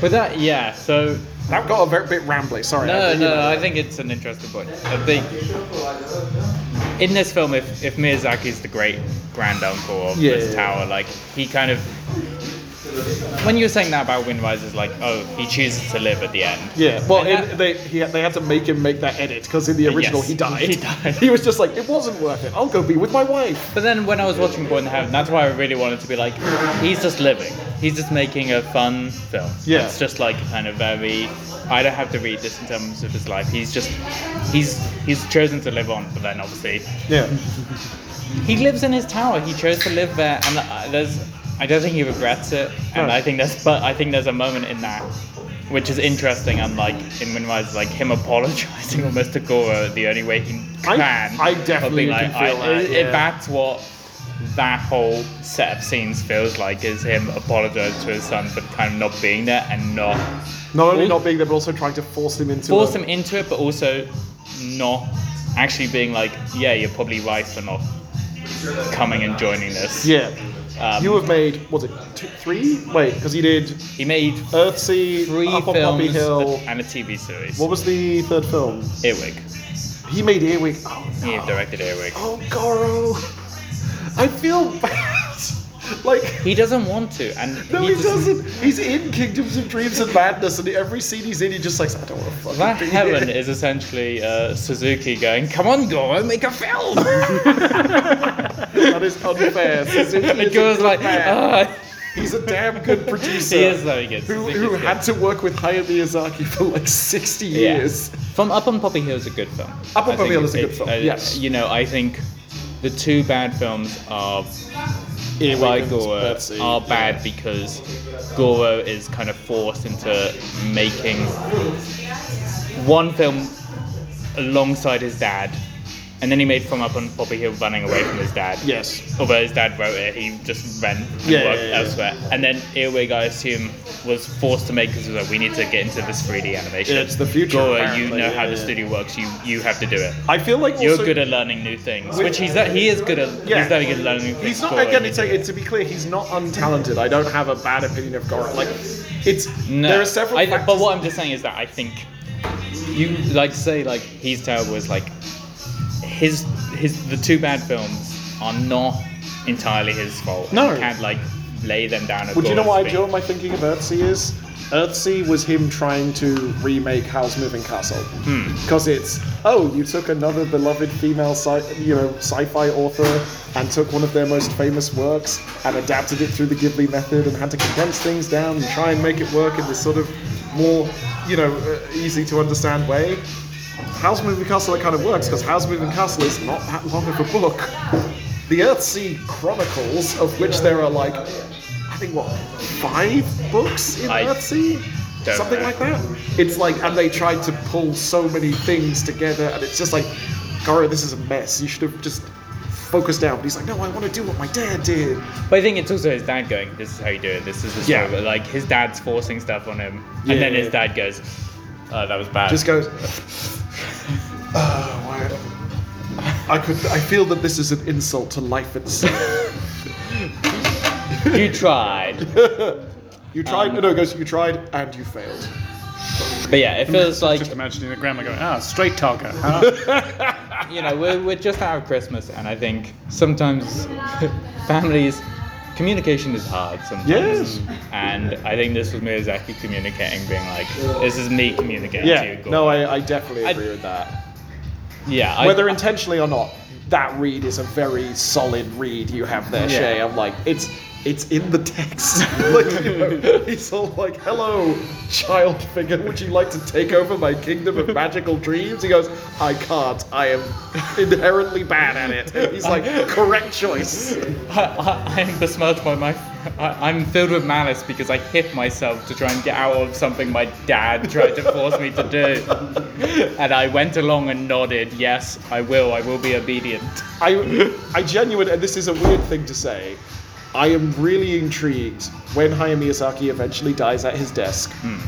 Speaker 3: But that, yeah. So
Speaker 2: That got a very bit rambly. Sorry.
Speaker 3: no,
Speaker 2: I- you know.
Speaker 3: no. I think it's an interesting point. I think in this film, if if Miyazaki's the great grand uncle of
Speaker 2: Yeah,
Speaker 3: this
Speaker 2: yeah,
Speaker 3: tower, like he kind of. When you were saying that about Wind Rises, like, oh, he chooses to live at the end.
Speaker 2: Yeah, well,
Speaker 3: And
Speaker 2: it,
Speaker 3: that-
Speaker 2: they he, they had to make him make that edit because in the original
Speaker 3: Yes,
Speaker 2: he died.
Speaker 3: he died.
Speaker 2: He was just like, it wasn't worth it. I'll go be with my wife.
Speaker 3: But then when I was watching Boy in the Heaven, that's why I really wanted to be like, he's just living. He's just making a fun film.
Speaker 2: Yeah.
Speaker 3: It's just like kind of very, I don't have to read this in terms of his life. He's just, he's he's chosen to live on. But then obviously,
Speaker 2: Yeah,
Speaker 3: he lives in his tower. He chose to live there, and uh, there's, I don't think he regrets it. And
Speaker 2: No.
Speaker 3: I think there's, but I think there's a moment in that. Which is interesting, and like in Wind Rises, like him apologizing almost to Goro the only way he
Speaker 2: I-
Speaker 3: can.
Speaker 2: I
Speaker 3: of
Speaker 2: definitely
Speaker 3: being
Speaker 2: can feel that,
Speaker 3: it-
Speaker 2: yeah.
Speaker 3: That's what that whole set of scenes feels like is him apologizing to his son for kind of not being there and not
Speaker 2: not only not being there, but also trying to force him into
Speaker 3: force
Speaker 2: a-
Speaker 3: him into it, but also not actually being like, yeah, you're probably right for not coming and joining this.
Speaker 2: Yeah,
Speaker 3: Um,
Speaker 2: you have made was it two, three? Wait, because he did
Speaker 3: He made
Speaker 2: Earthsea,
Speaker 3: three
Speaker 2: Up on Poppy
Speaker 3: films
Speaker 2: Hill.
Speaker 3: and a TV series.
Speaker 2: What was the third film?
Speaker 3: Earwig.
Speaker 2: He made Earwig. Oh
Speaker 3: He
Speaker 2: no!
Speaker 3: directed Earwig.
Speaker 2: Oh Goro, I feel bad. like.
Speaker 3: He doesn't want to, and
Speaker 2: No,
Speaker 3: he,
Speaker 2: he,
Speaker 3: just-
Speaker 2: doesn't. He's in Kingdoms of Dreams and Madness, and every scene he's in, he just like, I don't want to fucking
Speaker 3: That
Speaker 2: be
Speaker 3: heaven
Speaker 2: here."
Speaker 3: is essentially uh, Suzuki going, "Come on, Goro, make a film."
Speaker 2: That is unfair. Suzuki is a
Speaker 3: and Goro's
Speaker 2: good
Speaker 3: like,
Speaker 2: man.
Speaker 3: "Ah."
Speaker 2: He's a damn good producer.
Speaker 3: He is very good.
Speaker 2: Who,
Speaker 3: Suzuki's
Speaker 2: who
Speaker 3: good.
Speaker 2: had to work with Hayao Miyazaki for like 60
Speaker 3: Yeah.
Speaker 2: years.
Speaker 3: From Up on Poppy Hill is a good film.
Speaker 2: Up on Poppy
Speaker 3: I think
Speaker 2: Hill is a
Speaker 3: it-
Speaker 2: good film,
Speaker 3: I-
Speaker 2: yes.
Speaker 3: You know, I think the two bad films are
Speaker 2: Earwig
Speaker 3: by
Speaker 2: and
Speaker 3: Goro
Speaker 2: Earthsea,
Speaker 3: are bad because Goro is kind of forced into making one film alongside his dad And then he made From Up on Poppy Hill running away from his dad.
Speaker 2: Yes.
Speaker 3: Although his dad wrote it, he just ran and
Speaker 2: Yeah,
Speaker 3: worked
Speaker 2: yeah, yeah.
Speaker 3: elsewhere. And then Earwig, I assume, was forced to make because he was like, we need to get into this 3D animation.
Speaker 2: Yeah, it's the future,
Speaker 3: Gora, you
Speaker 2: apparently.
Speaker 3: know
Speaker 2: Yeah,
Speaker 3: how the
Speaker 2: yeah.
Speaker 3: studio works. You you have to do it.
Speaker 2: I feel like
Speaker 3: You're
Speaker 2: also,
Speaker 3: good at learning new things, which he's he is good at.
Speaker 2: Yeah.
Speaker 3: He's very good at learning new things.
Speaker 2: He's not
Speaker 3: Gora,
Speaker 2: again.
Speaker 3: you
Speaker 2: It's
Speaker 3: do
Speaker 2: like, to be clear, he's not untalented. I don't have a bad opinion of Goran. Like, it's
Speaker 3: No,
Speaker 2: there are several.
Speaker 3: I,
Speaker 2: factors-
Speaker 3: but what I'm just saying is that I think you like say like he's terrible is like his his the two bad films are not entirely his fault.
Speaker 2: No.
Speaker 3: you can't like lay them down. as
Speaker 2: Well, do you know
Speaker 3: Gora's
Speaker 2: why,
Speaker 3: thing.
Speaker 2: Joe, my thinking of Earthsea is? Earthsea was him trying to remake Howl's Moving Castle.
Speaker 3: Hmm.
Speaker 2: Because it's, oh, you took another beloved female sci- you know, sci-fi author and took one of their most famous works and adapted it through the Ghibli method and had to condense things down and try and make it work in this sort of more, you know, uh, easy to understand way. Howl's Moving Castle, it kind of works because Howl's Moving Castle is not that long of a book. The Earthsea Chronicles, of which there are like, I think what, five books in
Speaker 3: I
Speaker 2: Earthsea?
Speaker 3: don't
Speaker 2: Something
Speaker 3: know.
Speaker 2: like that. It's like, and they tried to pull so many things together, and it's just like, Goro, this is a mess. You should have just focused down. But he's like, no, I want to do what my dad did.
Speaker 3: But I think it's also his dad going, "This is how you do it. This is the
Speaker 2: Yeah.
Speaker 3: story." But, Like his dad's forcing stuff on him,
Speaker 2: Yeah,
Speaker 3: and then
Speaker 2: yeah,
Speaker 3: his
Speaker 2: yeah.
Speaker 3: dad goes, "Oh, that was bad."
Speaker 2: Just goes, oh, why? I could, I feel that this is an insult to life itself.
Speaker 3: you tried.
Speaker 2: You
Speaker 3: Um,
Speaker 2: tried, no, it goes, you tried and you failed.
Speaker 3: But yeah, it feels like
Speaker 4: Just imagining the grandma going, ah, straight talker. Huh?
Speaker 3: you know, we're, we're just out of Christmas, and I think sometimes families communication is hard sometimes.
Speaker 2: Yes.
Speaker 3: And I think this was Miyazaki communicating, being like, "This is me communicating to you."
Speaker 2: Yeah,
Speaker 3: Gordon."
Speaker 2: no, I, I definitely
Speaker 3: I-
Speaker 2: agree with that.
Speaker 3: yeah. I-
Speaker 2: Whether intentionally or not, that read is a very solid read you have there,
Speaker 3: Yeah.
Speaker 2: Shay. I'm like, it's it's in the text. like, you know, he's all like, hello, child figure, would you like to take over my kingdom of magical dreams? He goes, I can't. I am inherently bad at it. He's like, correct choice.
Speaker 3: I, I, I'm besmirched by my. I, I'm filled with malice because I hit myself to try and get out of something my dad tried to force me to do, and I went along and nodded, "Yes, I will. I will be obedient."
Speaker 2: I, I genuinely, and this is a weird thing to say, I am really intrigued when Hayao Miyazaki eventually dies at his desk.
Speaker 3: Hmm.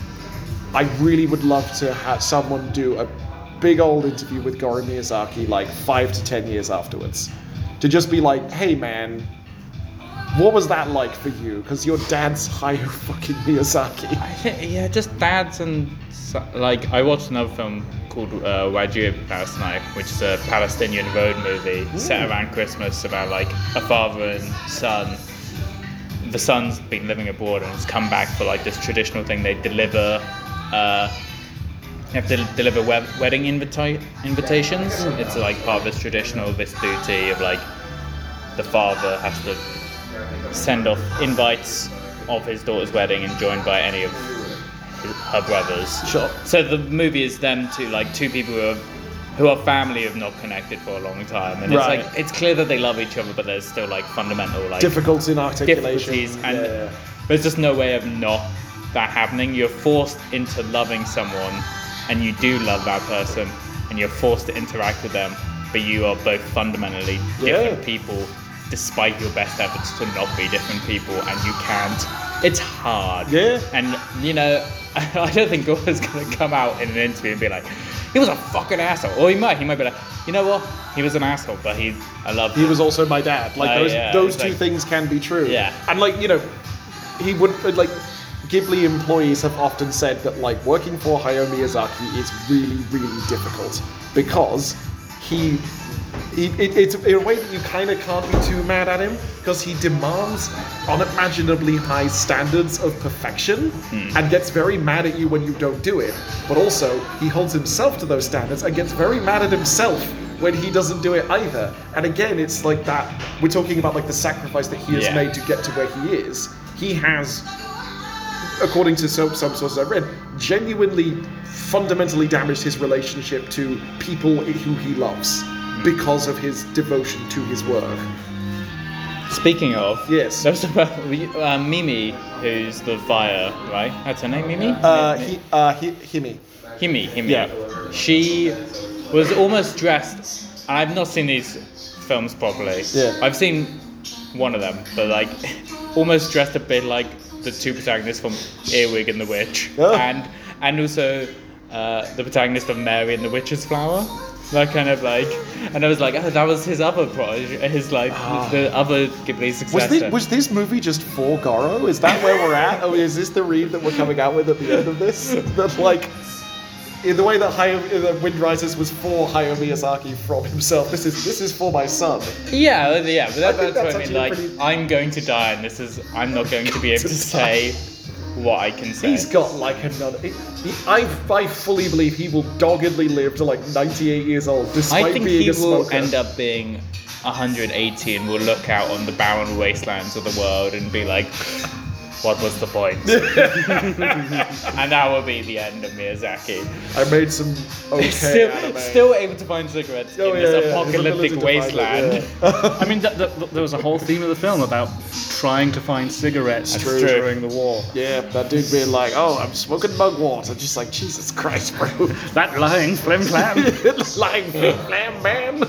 Speaker 2: I really would love to have someone do a big old interview with Goro Miyazaki like five to ten years afterwards. To just be like, hey man, what was that like for you? Because your dad's Hayao fucking Miyazaki.
Speaker 3: I think- Yeah, just dads and so- like I watched another film called uh, Wajib last night, which is a Palestinian road movie set around Christmas about like a father and son. The son's been living abroad and has come back for like this traditional thing they deliver. Uh, you have to deliver web- wedding invita- invitations. It's like part of this traditional, this duty of like the father has to send off invites of his daughter's wedding and joined by any of his- her brothers.
Speaker 2: Sure.
Speaker 3: So the movie is them two, like two people who are who are family have not connected for a long time, and
Speaker 2: Right.
Speaker 3: it's like it's clear that they love each other, but there's still like fundamental like
Speaker 2: Difficulties in articulation.
Speaker 3: difficulties, and
Speaker 2: Yeah, yeah.
Speaker 3: there's just no way of not that happening. You're forced into loving someone, and you do love that person, and you're forced to interact with them, but you are both fundamentally different
Speaker 2: Yeah.
Speaker 3: people, despite your best efforts to not be different people, and you can't. It's hard.
Speaker 2: Yeah.
Speaker 3: And you know, I don't think Gordon's gonna come out in an interview and be like, he was a fucking asshole. Or he might. He might be like, you know what? He was an asshole, but he, I love.
Speaker 2: he was also my dad. Like
Speaker 3: Oh,
Speaker 2: those,
Speaker 3: yeah,
Speaker 2: those
Speaker 3: it's
Speaker 2: two
Speaker 3: like-
Speaker 2: things can be true.
Speaker 3: Yeah.
Speaker 2: And like you know, he would but, like. Ghibli employees have often said that like working for Hayao Miyazaki is really really difficult because he. He, it, it's in a way that you kind of can't be too mad at him because he demands unimaginably high standards of perfection and gets very mad at you when you don't do it. But also, he holds himself to those standards and gets very mad at himself when he doesn't do it either. And again, it's like that. We're talking about like the sacrifice that he has
Speaker 3: Yeah.
Speaker 2: made to get to where he is. He has, according to some, some sources I've read, genuinely, fundamentally damaged his relationship to people who he loves because of his devotion to his work.
Speaker 3: Speaking of,
Speaker 2: Yes.
Speaker 3: There's a, we- uh, Mimi, who's the fire, right? That's her name, Mimi.
Speaker 2: Uh, he, uh, he, Himi.
Speaker 3: Himi, Himi.
Speaker 2: yeah.
Speaker 3: She was almost dressed. I've not seen these films properly.
Speaker 2: Yeah.
Speaker 3: I've seen one of them, but like almost dressed a bit like the two protagonists from Earwig and the Witch,
Speaker 2: Oh.
Speaker 3: and and also uh, the protagonist of Mary and the Witch's Flower. That kind of like, and I was like, oh, that was his other project, his like the other Ghibli successor.
Speaker 2: Ah. Was this, was this movie just for Garo? Is that where we're at? Oh, is this the read that we're coming out with at the end of this? That like, in the way that Hayao, that Wind Rises was for Hayao Miyazaki from himself, this is this is for my son.
Speaker 3: Yeah, well, yeah, but that,
Speaker 2: I think
Speaker 3: that's, what I
Speaker 2: that's
Speaker 3: mean. Like,
Speaker 2: actually pretty-
Speaker 3: I'm going to die, and this is I'm not going to be able to
Speaker 2: die.
Speaker 3: say what I can say.
Speaker 2: He's got like another. He, he, I I fully believe he will doggedly live to like 98 years old, despite
Speaker 3: I think
Speaker 2: being
Speaker 3: he
Speaker 2: a
Speaker 3: will
Speaker 2: smoker.
Speaker 3: end up being 180 and will look out on the barren wastelands of the world and be like, "What was the point?" and that will be the end of Miyazaki.
Speaker 2: I made some okay
Speaker 3: still,
Speaker 2: anime.
Speaker 3: still able to find cigarettes
Speaker 2: Oh,
Speaker 3: in
Speaker 2: yeah, yeah,
Speaker 3: this
Speaker 2: his ability
Speaker 3: apocalyptic
Speaker 2: to find it,
Speaker 3: wasteland.
Speaker 2: yeah.
Speaker 4: I mean, th- th- there was a whole theme of the film about trying to find cigarettes
Speaker 3: That's
Speaker 4: during
Speaker 3: true.
Speaker 4: during the war.
Speaker 2: Yeah, that dude being like, "Oh, I'm smoking mugwort," I'm just like, "Jesus Christ, bro!"
Speaker 4: That lying flim flam.
Speaker 2: like, man, man.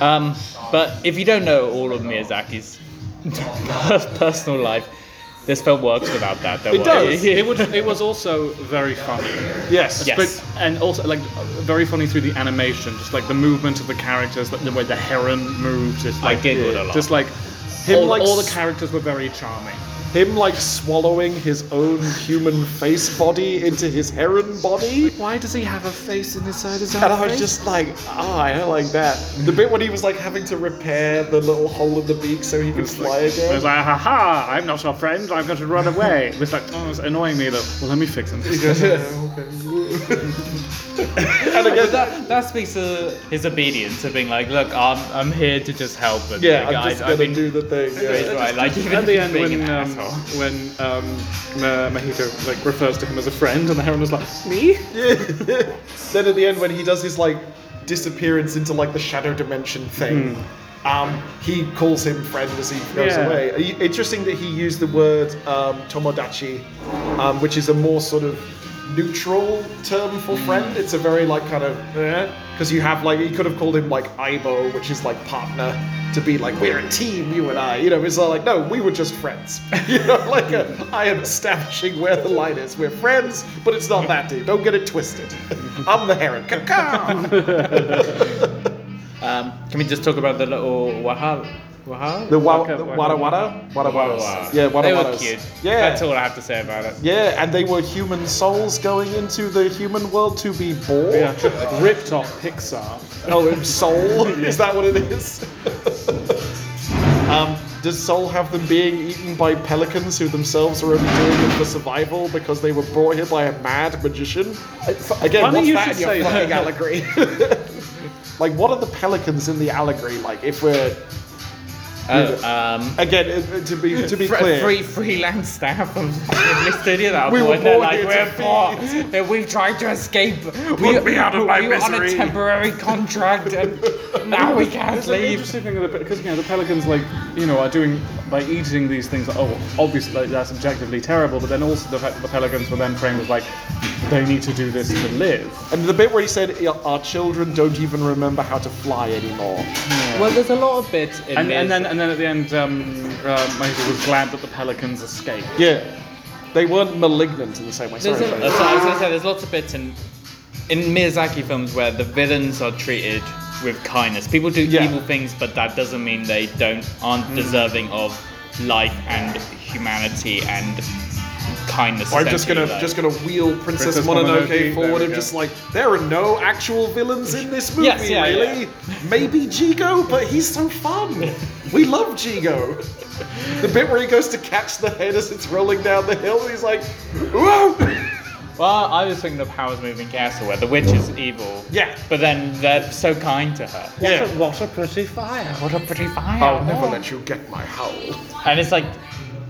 Speaker 3: Um, but if you don't know all of Miyazaki's personal life, this film works without that. Don't
Speaker 2: It
Speaker 3: worry.
Speaker 2: does.
Speaker 4: it, was, it was also very funny.
Speaker 2: Yes.
Speaker 3: Yes.
Speaker 4: But, and also, like, very funny through the animation, just like the movement of the characters, like, the way the heron moves. It's
Speaker 3: I
Speaker 4: like,
Speaker 3: giggled a lot.
Speaker 4: Just like,
Speaker 2: Him,
Speaker 4: all,
Speaker 2: like,
Speaker 4: all the
Speaker 2: s-
Speaker 4: characters were very charming.
Speaker 2: Him like swallowing his own human face body into his heron body.
Speaker 4: Why does he have a face in the side his own
Speaker 2: And I was just like, ah, I don't like that. The bit when he was like having to repair the little hole in the beak so he could fly
Speaker 4: I
Speaker 2: again.
Speaker 4: was like, "Ah, ha ha, I'm not your friend, I've got to run away. It was like, oh, it's annoying me that, well, let me fix him.
Speaker 2: and again,
Speaker 3: But that, that speaks to his obedience of being like, look, I'm, I'm here to just help. And
Speaker 2: yeah,
Speaker 3: like,
Speaker 2: I'm just
Speaker 3: I-
Speaker 2: gonna
Speaker 3: I've been
Speaker 2: do the thing.
Speaker 3: raised
Speaker 2: Yeah.
Speaker 3: right. Like, even
Speaker 4: At the end,
Speaker 3: being
Speaker 4: when
Speaker 3: an
Speaker 4: um,
Speaker 3: asshole.
Speaker 4: when um, Ma- Mahito like refers to him as a friend, and the heron was like, "Me?
Speaker 2: then at the end, when he does his like disappearance into like the shadow dimension thing, um, he calls him friend as he goes
Speaker 4: Yeah.
Speaker 2: away. Uh, y- Interesting that he used the word um, tomodachi, um, which is a more sort of neutral term for friend. It's a very like kind of because you have like he could have called him like aibo, which is like partner. To be like we're a team, you and I, you know, it's like no, we were just friends. you know, like uh, I am establishing where the line is. We're friends, but it's not that deep. Don't get it twisted. I'm the heron. Caw-caw!
Speaker 3: Um, can we just talk about the little waha waha?
Speaker 2: The wa-
Speaker 4: Waka-
Speaker 2: the
Speaker 4: waka-
Speaker 2: wada wada wada
Speaker 3: Waha.
Speaker 2: wadas. Yeah, wada
Speaker 3: They were
Speaker 2: wadas.
Speaker 3: cute.
Speaker 2: Yeah,
Speaker 3: That's all I have to say about it.
Speaker 2: yeah, and they were human souls going into the human world to be born.
Speaker 4: Yeah, ripped off Pixar."
Speaker 2: Oh, and soul is that what it is? um, does soul have them being eaten by pelicans who themselves are only doing it for survival because they were brought here by a mad magician? I- f- Again,
Speaker 4: Funny
Speaker 2: what's
Speaker 4: you
Speaker 2: that in
Speaker 4: should
Speaker 2: your
Speaker 4: say that.
Speaker 2: fucking allegory? like, what are the pelicans in the allegory like? If we're
Speaker 3: Oh, um,
Speaker 2: again uh, to be to be
Speaker 3: fr-
Speaker 2: clear,
Speaker 3: free freelance staff from the studio that
Speaker 2: We were
Speaker 3: point, they're
Speaker 2: born
Speaker 3: like,
Speaker 2: here
Speaker 3: we're
Speaker 2: to
Speaker 3: poor. We've tried to escape. we,
Speaker 1: me out of
Speaker 3: we
Speaker 1: my
Speaker 3: were on a
Speaker 1: misery."
Speaker 3: temporary contract and now we can't
Speaker 4: It's an
Speaker 3: leave.
Speaker 4: interesting thing because you know the pelicans, like you know, are doing by eating these things. Like, oh, obviously like, that's objectively terrible, but then also the fact that the pelicans were then framed as like they need to do this to live.
Speaker 2: and the bit where he said "Yeah, our children don't even remember how to fly anymore.
Speaker 3: Well, there's a lot of bits in
Speaker 4: And,
Speaker 3: this.
Speaker 4: and then and then at the end, um, uh, Mahito was glad that the pelicans escaped.
Speaker 2: Yeah, they weren't malignant in the same way. Sorry,
Speaker 3: There's a,
Speaker 2: Dave.
Speaker 3: so I was gonna say there's lots of bits in in Miyazaki films where the villains are treated with kindness. People do
Speaker 2: Yeah. Mm.
Speaker 3: evil things, but that doesn't mean they don't aren't deserving of life and humanity and kindness.
Speaker 2: I'm just
Speaker 3: essentially,
Speaker 2: gonna
Speaker 3: like-
Speaker 2: just gonna wheel Princess,
Speaker 4: Princess
Speaker 2: Mononoke,
Speaker 4: Mononoke, there
Speaker 2: forward
Speaker 4: we
Speaker 2: and
Speaker 4: go.
Speaker 2: just like there are no actual villains in this movie,
Speaker 3: Yes, yeah,
Speaker 2: really. Maybe Jigo, but he's so fun. we love Jigo. The bit where he goes to catch the head as it's rolling down the hill, and he's like, whoa.
Speaker 3: Well, I was thinking of Howl's Moving Castle, where the witch is evil.
Speaker 2: Yeah.
Speaker 3: But then they're so kind to her.
Speaker 2: Yeah. Oh,
Speaker 4: What a pretty fire!
Speaker 3: What a pretty fire!
Speaker 2: I'll never let you get my howl.
Speaker 3: And it's like,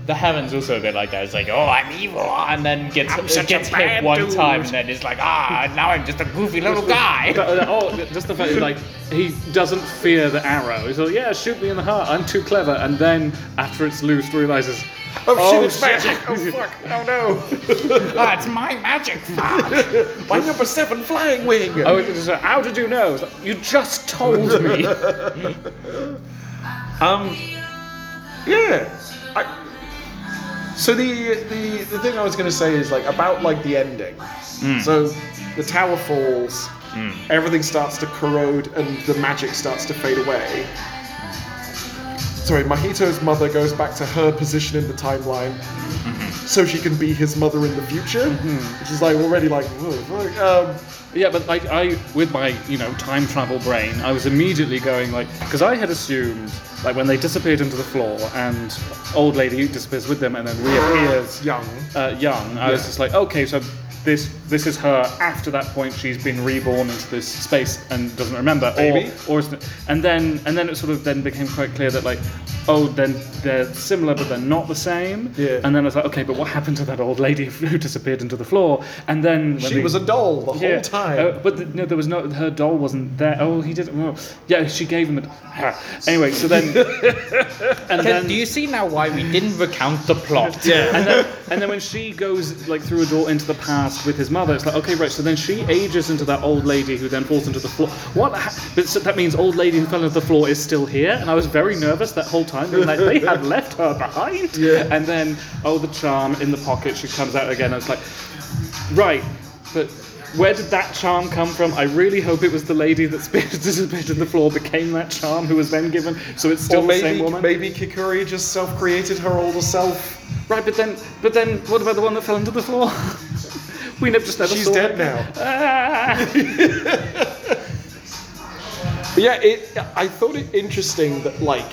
Speaker 3: The Heaven's also a bit like that. It's like, oh, I'm evil, and then gets
Speaker 1: I'm such a
Speaker 3: gets hit
Speaker 1: bad
Speaker 3: one
Speaker 1: dude.
Speaker 3: time, and then it's like, ah, now I'm just a goofy little guy.
Speaker 4: But, uh, oh, just the fact that like he doesn't fear the arrow. He's like, yeah, shoot me in the heart. I'm too clever. And then after it's loosed, realizes,
Speaker 2: Oh, shit,
Speaker 4: oh
Speaker 2: it's magic.
Speaker 4: shit,
Speaker 1: Oh fuck! Oh no!
Speaker 3: ah, it's my magic. Fuck.
Speaker 2: My number seven flying wing.
Speaker 4: Oh, it's just, how did you know? It's like, You just told me.
Speaker 2: Um, yeah. I, so the, the the thing I was gonna say is like about like the ending.
Speaker 4: Mm.
Speaker 2: So the tower falls, everything starts to corrode, and the magic starts to fade away. Sorry, Mahito's mother goes back to her position in the timeline,
Speaker 4: Mm-hmm.
Speaker 2: so she can be his mother in the future. Which is like already like, whoa, fuck, um,
Speaker 4: Yeah, but like I, with my you know time travel brain, I was immediately going like, because I had assumed like when they disappeared into the floor and old lady disappears with them and then reappears
Speaker 2: young.
Speaker 4: uh, young, I was just like, okay, so this this is her. After that point, she's been reborn into this space and doesn't remember,
Speaker 2: Maybe.
Speaker 4: or or is it- and then and then it sort of then became quite clear that like, oh, then they're similar but they're not the same.
Speaker 2: Yeah.
Speaker 4: And then I was like, okay, but what happened to that old lady who disappeared into the floor? And then when
Speaker 2: She
Speaker 4: they-
Speaker 2: was a doll the whole time.
Speaker 4: uh, but the, no, there was no. Her doll wasn't there. Oh, he didn't. Well, yeah, she gave him a. Ha. Anyway, so then, and then,
Speaker 3: Do you see now why we didn't recount the plot?
Speaker 4: and then, and then when she goes like through a door into the past with his mother, it's like okay, right. So then she ages into that old lady who then falls into the floor. What? Ha- but so that means old lady who fell into the floor is still here. And I was very nervous that whole time, being like they had left her behind.
Speaker 2: Yeah.
Speaker 4: And then oh, the charm in the pocket. She comes out again. I was like, Right, but where did that charm come from? I really hope it was the lady that spit- disappeared in the floor became that charm who was then given, so it's still
Speaker 2: or
Speaker 4: the
Speaker 2: maybe
Speaker 4: same woman.
Speaker 2: maybe Kikuri just self-created her older self.
Speaker 4: Right, but then, but then, what about the one that fell into the floor? we never just never
Speaker 2: She's
Speaker 4: saw
Speaker 2: dead
Speaker 4: it.
Speaker 2: now.
Speaker 4: Ah.
Speaker 2: But yeah, it. I thought it interesting that like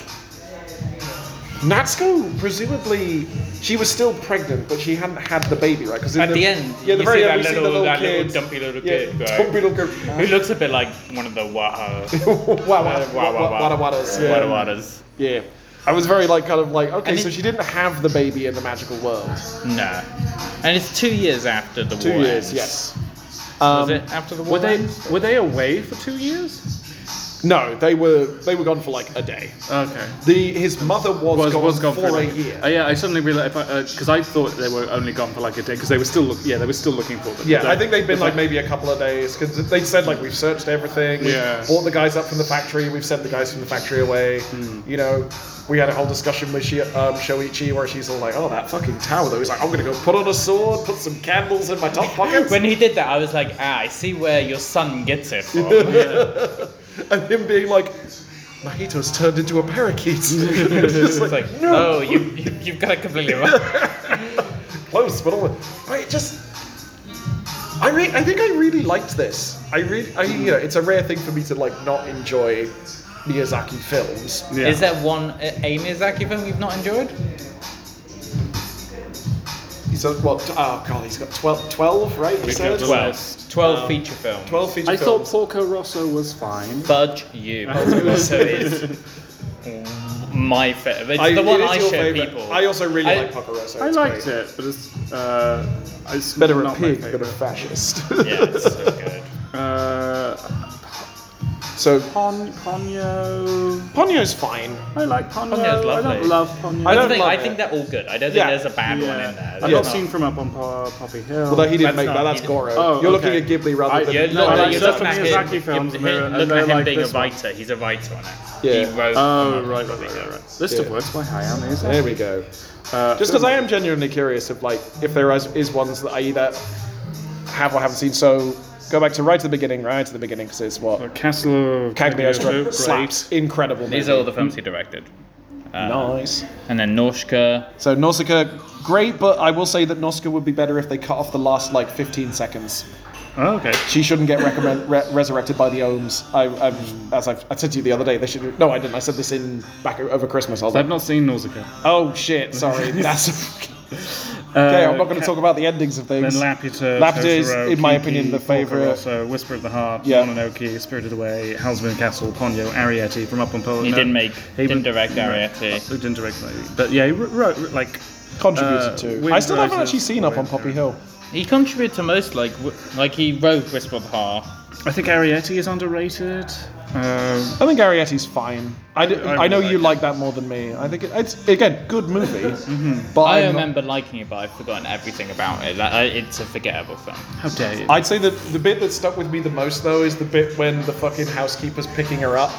Speaker 2: Natsuko presumably she was still pregnant, but she hadn't had the baby, right? Because
Speaker 3: At the end,
Speaker 2: yeah, the
Speaker 3: you
Speaker 2: very
Speaker 3: see
Speaker 2: end,
Speaker 3: that
Speaker 2: we see the
Speaker 3: little-
Speaker 2: little
Speaker 3: that little
Speaker 2: kid,
Speaker 3: dumpy little
Speaker 2: yeah,
Speaker 3: kid guy.
Speaker 2: dumpy little
Speaker 3: Who
Speaker 2: kid.
Speaker 3: looks a bit like one of the uh, Waha
Speaker 2: Wow,
Speaker 3: Wow, wow, wow.
Speaker 2: wow,
Speaker 3: Wada
Speaker 2: wow,
Speaker 3: Wadas.
Speaker 2: Yeah, I was very like kind of like okay,
Speaker 3: And
Speaker 2: so
Speaker 3: it-
Speaker 2: she didn't have the baby in the magical world.
Speaker 3: No. And it's two years after the
Speaker 2: Two
Speaker 3: war.
Speaker 2: years,
Speaker 3: ends.
Speaker 2: yes.
Speaker 3: Was
Speaker 2: Um,
Speaker 3: it after the war?
Speaker 4: were they
Speaker 3: ends?
Speaker 4: were they away for two years?
Speaker 2: no, they were they were gone for like a day.
Speaker 4: Okay.
Speaker 2: The his mother was,
Speaker 4: Was,
Speaker 2: gone,
Speaker 4: was gone
Speaker 2: for a
Speaker 4: like-
Speaker 2: year.
Speaker 4: Uh, yeah, I suddenly realized because I thought they were only gone for like a day because they were still look, yeah they were still looking for them.
Speaker 2: Yeah,
Speaker 4: But
Speaker 2: I think they've been
Speaker 4: it's
Speaker 2: like maybe a couple of days because they said like we've searched everything. we've
Speaker 4: Yeah.
Speaker 2: Bought the guys up from the factory. We've sent the guys from the factory away. You know, we had a whole discussion with she, um, Shoichi where she's all like, "Oh, that fucking tower." Though he's like, "I'm gonna go put on a sword, put some candles in my top pockets."
Speaker 3: When he did that, I was like, ah, I see where your son gets it from.
Speaker 2: and him being like, "Mahito's turned into a parakeet." It's just
Speaker 3: It's like, no, you, you, you've got it completely wrong.
Speaker 2: close, but all. But it just. I re- I think I really liked this. I really, I, you know, it's a rare thing for me to like not enjoy Miyazaki films.
Speaker 4: Yeah.
Speaker 3: Is there one uh, a Miyazaki film you've not enjoyed?
Speaker 2: He's on, well, t- oh god, he's got 12, 12 right? You said?
Speaker 4: got
Speaker 3: 12. 12
Speaker 2: Um,
Speaker 3: feature films.
Speaker 2: 12 feature
Speaker 4: I thought
Speaker 2: films.
Speaker 4: Porco Rosso was fine.
Speaker 3: Budge you. also is my favorite. It's
Speaker 2: I-
Speaker 3: the one
Speaker 2: it is
Speaker 3: I
Speaker 2: your
Speaker 3: show
Speaker 2: favourite.
Speaker 3: people.
Speaker 2: I also really
Speaker 3: I-
Speaker 2: like Paparosa.
Speaker 4: I liked it, but it's uh, it's
Speaker 2: Better
Speaker 4: not
Speaker 2: a
Speaker 4: my
Speaker 2: pig than a
Speaker 4: favorite.
Speaker 2: fascist.
Speaker 3: Yeah, it's so good.
Speaker 4: Uh,
Speaker 2: so
Speaker 4: Pon Ponyo.
Speaker 2: Ponyo's fine.
Speaker 4: I like Ponyo.
Speaker 3: Ponyo's
Speaker 4: I
Speaker 3: lovely.
Speaker 4: don't love Ponyo.
Speaker 2: I
Speaker 3: I,
Speaker 2: don't
Speaker 3: think,
Speaker 2: love
Speaker 3: I
Speaker 2: it.
Speaker 3: think they're all good. I don't think
Speaker 2: Yeah.
Speaker 3: there's a bad
Speaker 4: Yeah.
Speaker 3: one in there.
Speaker 4: I've
Speaker 3: There's
Speaker 4: not
Speaker 2: Yeah.
Speaker 4: seen from up on po- Poppy Hill.
Speaker 2: Although he didn't
Speaker 3: That's
Speaker 2: make that.
Speaker 3: not-
Speaker 2: That's Goro.
Speaker 4: Oh,
Speaker 2: You're
Speaker 4: okay.
Speaker 2: looking at Ghibli rather
Speaker 4: I-
Speaker 2: than.
Speaker 3: Yeah,
Speaker 4: No,
Speaker 3: look,
Speaker 4: I like
Speaker 3: you
Speaker 4: certain
Speaker 3: look at him-
Speaker 4: Miyazaki
Speaker 3: you-
Speaker 4: films,
Speaker 3: you-
Speaker 4: and they're-
Speaker 3: look
Speaker 4: they're
Speaker 3: at him
Speaker 4: like
Speaker 3: being a
Speaker 4: this one.
Speaker 3: writer. He's a writer on it.
Speaker 2: Yeah.
Speaker 3: He wrote.
Speaker 4: Oh right, right, right, right, right. List of
Speaker 2: Yeah.
Speaker 4: works by Hayao
Speaker 2: There
Speaker 4: Miyazaki.
Speaker 2: we go.
Speaker 4: Uh,
Speaker 2: Just because I am genuinely curious of like if there is, is ones that I either have or haven't seen. So go back to right to the beginning, right to the beginning, because it's what
Speaker 4: Castle of
Speaker 2: Cagney Ostra
Speaker 4: Great.
Speaker 2: slaps incredible.
Speaker 3: These are
Speaker 2: movie.
Speaker 3: all the films he directed. Uh,
Speaker 2: nice.
Speaker 3: And then Norshka.
Speaker 2: So Nausicaa, great, but I will say that Nausicaa would be better if they cut off the last like 15 seconds.
Speaker 4: Oh, okay.
Speaker 2: She shouldn't get recommend, re- resurrected by the Ohms. I, I, as I've, I said to you the other day, they should. No, I didn't. I said this in back o- over Christmas. I was
Speaker 4: I've
Speaker 2: like,
Speaker 4: not seen Nausicaa.
Speaker 2: oh shit, sorry. That's
Speaker 4: Uh,
Speaker 2: okay. I'm not going to talk about the endings of
Speaker 4: Then
Speaker 2: things.
Speaker 4: Laputa,
Speaker 2: Laputa is,
Speaker 4: Totoro,
Speaker 2: in my
Speaker 4: Kiki,
Speaker 2: opinion, the
Speaker 4: Porco
Speaker 2: favourite.
Speaker 4: Rosso, Whisper of the Heart,
Speaker 2: Yeah.
Speaker 4: Mononoke, Spirited Away, Houseman Castle, Ponyo, Arietti from Up on Poland.
Speaker 3: He didn't make.
Speaker 4: He
Speaker 3: didn't
Speaker 4: was-
Speaker 3: direct
Speaker 4: no. Oh,
Speaker 3: Ariete.
Speaker 4: Who didn't direct that? But yeah, he wrote, wrote like
Speaker 2: contributed
Speaker 3: Uh,
Speaker 2: to.
Speaker 4: Wind
Speaker 2: I still haven't
Speaker 4: Rises,
Speaker 2: actually seen Up on Poppy Hill.
Speaker 3: He contributed to most, like w- like he wrote Whisper of the Heart.
Speaker 4: I think Arietti is underrated. Um,
Speaker 2: I think Arietti's fine. I, d-
Speaker 4: I
Speaker 2: I know
Speaker 4: really
Speaker 2: you
Speaker 4: like
Speaker 2: like that more than me. I think it, it's again good movie,
Speaker 4: Mm-hmm.
Speaker 2: but
Speaker 3: I
Speaker 2: I'm not-
Speaker 3: remember liking it, but I've forgotten everything about it. Like, I- it's a forgettable film.
Speaker 4: how dare you?
Speaker 2: I'd say that the bit that stuck with me the most though is the bit when the fucking housekeeper's picking her up.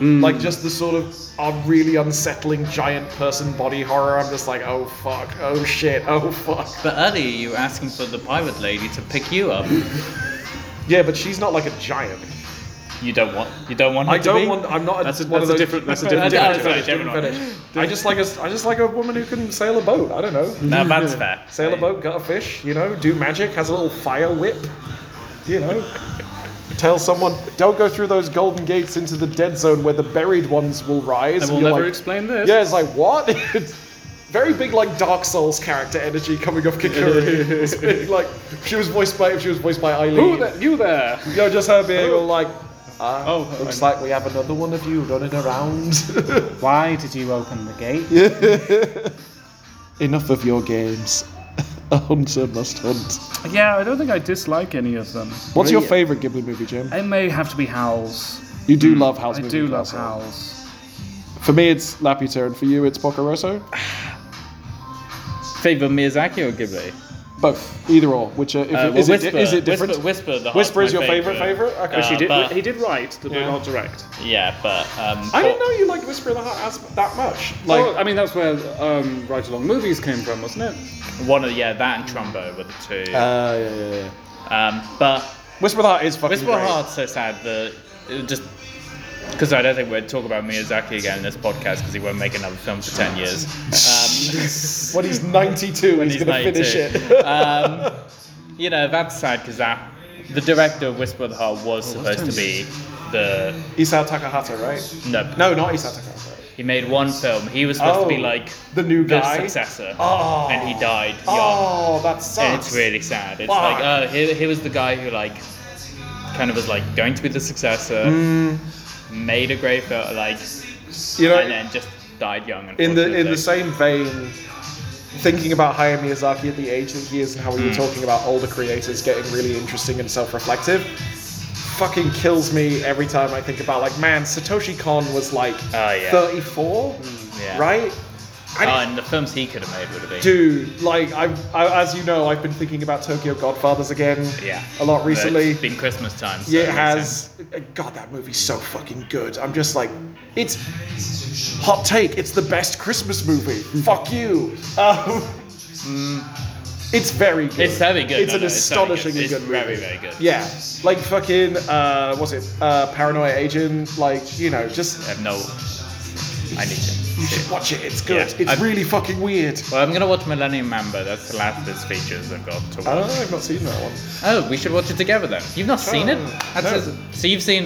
Speaker 4: Mm.
Speaker 2: Like just the sort of uh, really unsettling giant person body horror. I'm just like, oh fuck, oh shit, oh fuck.
Speaker 3: But earlier you were asking for the pirate lady to pick you up.
Speaker 2: Yeah, but she's not like a giant.
Speaker 3: You don't want. You don't want. Her
Speaker 2: I
Speaker 3: to
Speaker 2: don't
Speaker 3: be?
Speaker 2: want. I'm not.
Speaker 4: That's a-
Speaker 2: one
Speaker 4: that's
Speaker 2: of
Speaker 4: a
Speaker 2: those
Speaker 4: different- that's a
Speaker 2: people-
Speaker 4: different-
Speaker 3: that's a
Speaker 2: fetish,
Speaker 3: different
Speaker 2: different fetish. I just like a. I just like a woman who can sail a boat. I don't
Speaker 4: Mm.
Speaker 2: know.
Speaker 3: No, that's fair.
Speaker 2: Sail a boat, gut a fish. You know, do magic. Has a little fire whip. You know. Tell someone, don't go through those golden gates into the dead zone where the buried ones will rise.
Speaker 4: And we'll
Speaker 2: You're
Speaker 4: never
Speaker 2: like-
Speaker 4: explain this.
Speaker 2: Yeah, it's like what? It's very big, like Dark Souls character energy coming off Kakuri. It's big, like she was voiced by, if she was voiced by Eileen.
Speaker 4: Who the, you there?
Speaker 2: Yo, just her being all like, ah,
Speaker 4: Oh,
Speaker 2: oh, looks
Speaker 4: I'm-
Speaker 2: like we have another one of you running around.
Speaker 4: Why did you open the gate?
Speaker 2: Enough of your games. A hunter must hunt.
Speaker 4: Yeah, I don't think I dislike any of them.
Speaker 2: What's your favourite Ghibli movie, Jim?
Speaker 4: It may have to be Howls.
Speaker 2: You do love House
Speaker 4: I
Speaker 2: Moving
Speaker 4: do love
Speaker 2: Castle.
Speaker 4: Howls.
Speaker 2: For me, it's Laputa, and for you, it's Pocoroso.
Speaker 3: Favor Miyazaki or Ghibli?
Speaker 2: Both, either or. Which uh, if
Speaker 3: Uh,
Speaker 2: it-
Speaker 3: well,
Speaker 2: is, it,
Speaker 3: Whisper.
Speaker 2: is it different?
Speaker 3: Whisper, Whisper, the
Speaker 2: Whisper
Speaker 3: Heart's
Speaker 2: is
Speaker 3: my
Speaker 2: your favourite
Speaker 3: favourite.
Speaker 2: favourite. Okay.
Speaker 4: he, did,
Speaker 3: but-
Speaker 4: he did write that
Speaker 2: Yeah.
Speaker 4: they're not direct.
Speaker 3: Yeah, but um,
Speaker 2: I didn't
Speaker 3: Paul-
Speaker 2: know you liked Whisper in the Heart as, that much.
Speaker 4: Like,
Speaker 2: Like, uh,
Speaker 4: I mean, that's where um, Right Along movies came from, wasn't it?
Speaker 3: One of yeah, that and Trumbo were the two.
Speaker 2: uh, yeah, yeah, yeah.
Speaker 3: um, but
Speaker 2: Whisper in the Heart is fucking
Speaker 3: Whisper
Speaker 2: great.
Speaker 3: Hard's so sad that it just because I don't think we'd talk about Miyazaki again in this podcast because he won't make another film for ten years. Um,
Speaker 2: When he's 92, he's,
Speaker 3: he's
Speaker 2: gonna
Speaker 3: 92.
Speaker 2: finish it.
Speaker 3: um, you know that's sad because that the director of Whisper of the Heart was supposed to be the
Speaker 2: Isao Takahata, right?
Speaker 3: no,
Speaker 2: No, not Isao Takahata.
Speaker 3: He made one film. He was supposed to be
Speaker 2: Oh,
Speaker 3: like
Speaker 2: the new guy?
Speaker 3: successor,
Speaker 2: Oh.
Speaker 3: and he died young.
Speaker 2: Oh, that
Speaker 3: And
Speaker 2: sucks.
Speaker 3: it's really sad. It's
Speaker 2: Fuck.
Speaker 3: like, oh, here, here was the guy who like kind of was like going to be the successor, made a great film, like,
Speaker 2: Mm. you know,
Speaker 3: and then just died young.
Speaker 2: in the in the
Speaker 3: unfortunately.
Speaker 2: same vein, thinking about Hayao Miyazaki at the age that he is and how we were
Speaker 3: Hmm.
Speaker 2: talking about older creators getting really interesting and self-reflective, fucking kills me every time I think about like, man, Satoshi Kon was like
Speaker 3: Oh, yeah. Hmm.
Speaker 2: 34,
Speaker 3: yeah.
Speaker 2: right? And
Speaker 3: Oh, and the films he could have made would have been.
Speaker 2: Dude, like I've, I, as you know, I've been thinking about Tokyo Godfathers again
Speaker 3: yeah.
Speaker 2: a lot
Speaker 3: But
Speaker 2: recently.
Speaker 3: It's been Christmas time. So
Speaker 2: Yeah, it
Speaker 3: makes sense.
Speaker 2: has. God, that movie's so fucking good. I'm just like, it's hot take. It's the best Christmas movie. Fuck you. Um, It's very good.
Speaker 3: Mm. It's very good.
Speaker 2: It's
Speaker 3: no,
Speaker 2: an
Speaker 3: no, very
Speaker 2: astonishingly
Speaker 3: It's
Speaker 2: good movie.
Speaker 3: Very, very good.
Speaker 2: Yeah, like fucking uh, what's it? Uh, Paranoia Agent. Like you know,
Speaker 3: I
Speaker 2: just
Speaker 3: have no. I need to.
Speaker 2: you should watch it. It's good.
Speaker 3: Yeah,
Speaker 2: it's
Speaker 3: I've-
Speaker 2: really fucking weird.
Speaker 3: Well, I'm gonna watch Millennium Mamba. That's the last of his features I've got to watch.
Speaker 2: Oh, I've not seen that one.
Speaker 3: Oh, we should watch it together then. You've not seen it?
Speaker 2: Oh,
Speaker 3: That's
Speaker 2: no.
Speaker 3: a, so you've seen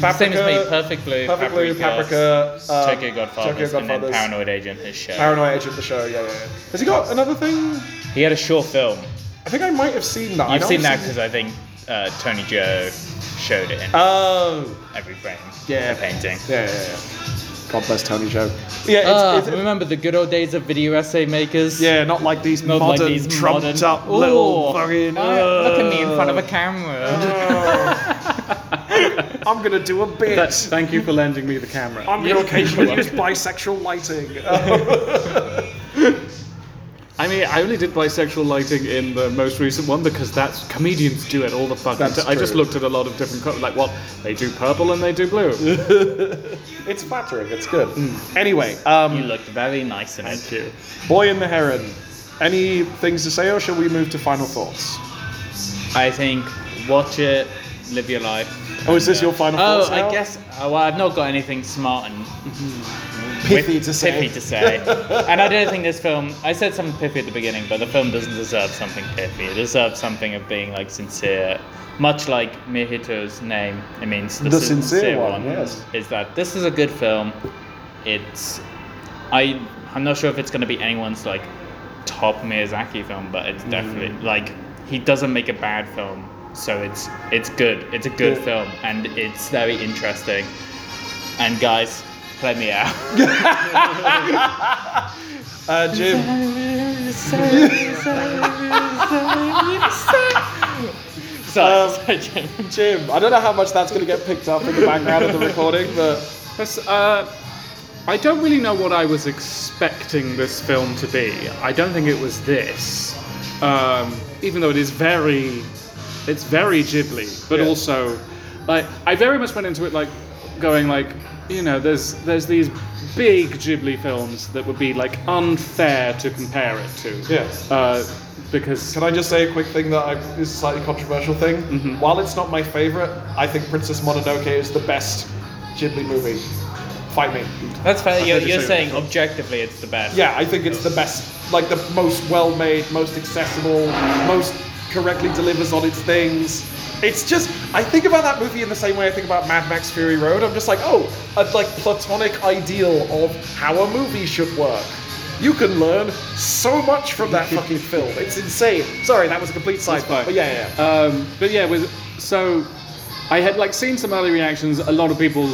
Speaker 2: Paprika-
Speaker 3: same as me, Perfect Blue,
Speaker 2: Perfect Blue, Paprika, uh,
Speaker 3: Tokyo Godfathers,
Speaker 2: Tokyo
Speaker 3: and then
Speaker 2: Godfathers.
Speaker 3: Paranoid Agent, his show.
Speaker 2: Paranoia Agent, the show. Yeah, yeah. yeah. Has he got another thing?
Speaker 3: he had a short film.
Speaker 2: I think I might have seen that. I
Speaker 3: You've
Speaker 2: know
Speaker 3: seen
Speaker 2: I've
Speaker 3: that because I think uh, Tony Joe showed it in
Speaker 2: Oh.
Speaker 3: every frame.
Speaker 2: yeah.
Speaker 3: A painting.
Speaker 2: Yeah, yeah, yeah. God bless Tony Joe. Yeah, it's,
Speaker 3: Ah,
Speaker 2: it's, it's,
Speaker 3: remember the good old days of video essay makers?
Speaker 2: yeah, not like these
Speaker 3: Not
Speaker 2: modern
Speaker 3: like these
Speaker 2: trumped
Speaker 3: modern-
Speaker 2: up little
Speaker 3: Ooh,
Speaker 2: fucking.
Speaker 3: I- look at me in front of a
Speaker 2: uh,
Speaker 3: camera.
Speaker 2: I'm gonna do a bit.
Speaker 4: That's, thank you for lending me the camera.
Speaker 2: I'm gonna occasionally use bisexual lighting. Uh,
Speaker 4: I mean, I only did bisexual lighting in the most recent one because that's comedians do it all the fucking
Speaker 2: That's
Speaker 4: time. I just
Speaker 2: true.
Speaker 4: looked at a lot of different co- like what they do purple and they do blue.
Speaker 2: it's flattering. It's good.
Speaker 4: Hmm.
Speaker 2: Anyway, um,
Speaker 3: you looked very nice in it.
Speaker 4: Thank you.
Speaker 2: Boy and the Heron. Any things to say, or shall we move to final thoughts?
Speaker 3: I think watch it, live your life.
Speaker 2: Oh, is this your final
Speaker 3: Oh,
Speaker 2: thoughts? now?
Speaker 3: I guess. Oh, well, I've not got anything smart and
Speaker 2: Pithy
Speaker 3: wit-
Speaker 2: to say.
Speaker 3: Pithy to say. and I don't think this film. I said something pithy at the beginning, but the film doesn't deserve something pithy. It deserves something of being like sincere. Much like Mihito's name, it means the,
Speaker 2: The
Speaker 3: sin-
Speaker 2: sincere one, yes.
Speaker 3: Is that this is a good film? It's. I I'm not sure if it's going to be anyone's like top Miyazaki film, but it's definitely
Speaker 2: Mm.
Speaker 3: like he doesn't make a bad film, so it's it's good. It's a good
Speaker 2: Yeah.
Speaker 3: film, and it's very interesting. And guys, play me out.
Speaker 2: Uh, Jim,
Speaker 3: Sorry,
Speaker 2: Um,
Speaker 3: sorry, Jim.
Speaker 2: Jim, I don't know how much that's going to get picked up in the background of the recording, but
Speaker 4: That's, uh, I don't really know what I was expecting this film to be. I don't think it was this, um, even though it is very, it's very Ghibli, but
Speaker 2: Yeah.
Speaker 4: also, like, I very much went into it like, going like, you know, there's there's these big Ghibli films that would be like unfair to compare it to.
Speaker 2: Yeah.
Speaker 4: Uh, because
Speaker 2: Can I just say a quick thing that I, is a slightly controversial thing? While it's not my favorite, I think Princess Mononoke is the best Ghibli movie. Fight me.
Speaker 3: That's fair. You're,
Speaker 4: you
Speaker 3: you're
Speaker 4: say
Speaker 3: saying objectively it's the best.
Speaker 2: Yeah, I think it's the best, like the most well made, most accessible, most correctly delivers on its things. It's just, I think about that movie in the same way I think about Mad Max Fury Road. I'm just like, oh, a like platonic ideal of how a movie should work. You can learn so much from that fucking film. It's insane. Sorry, that was a complete side
Speaker 4: fine.
Speaker 2: but yeah, yeah, yeah.
Speaker 4: Um, but yeah, with so I had like seen some early reactions. A lot of people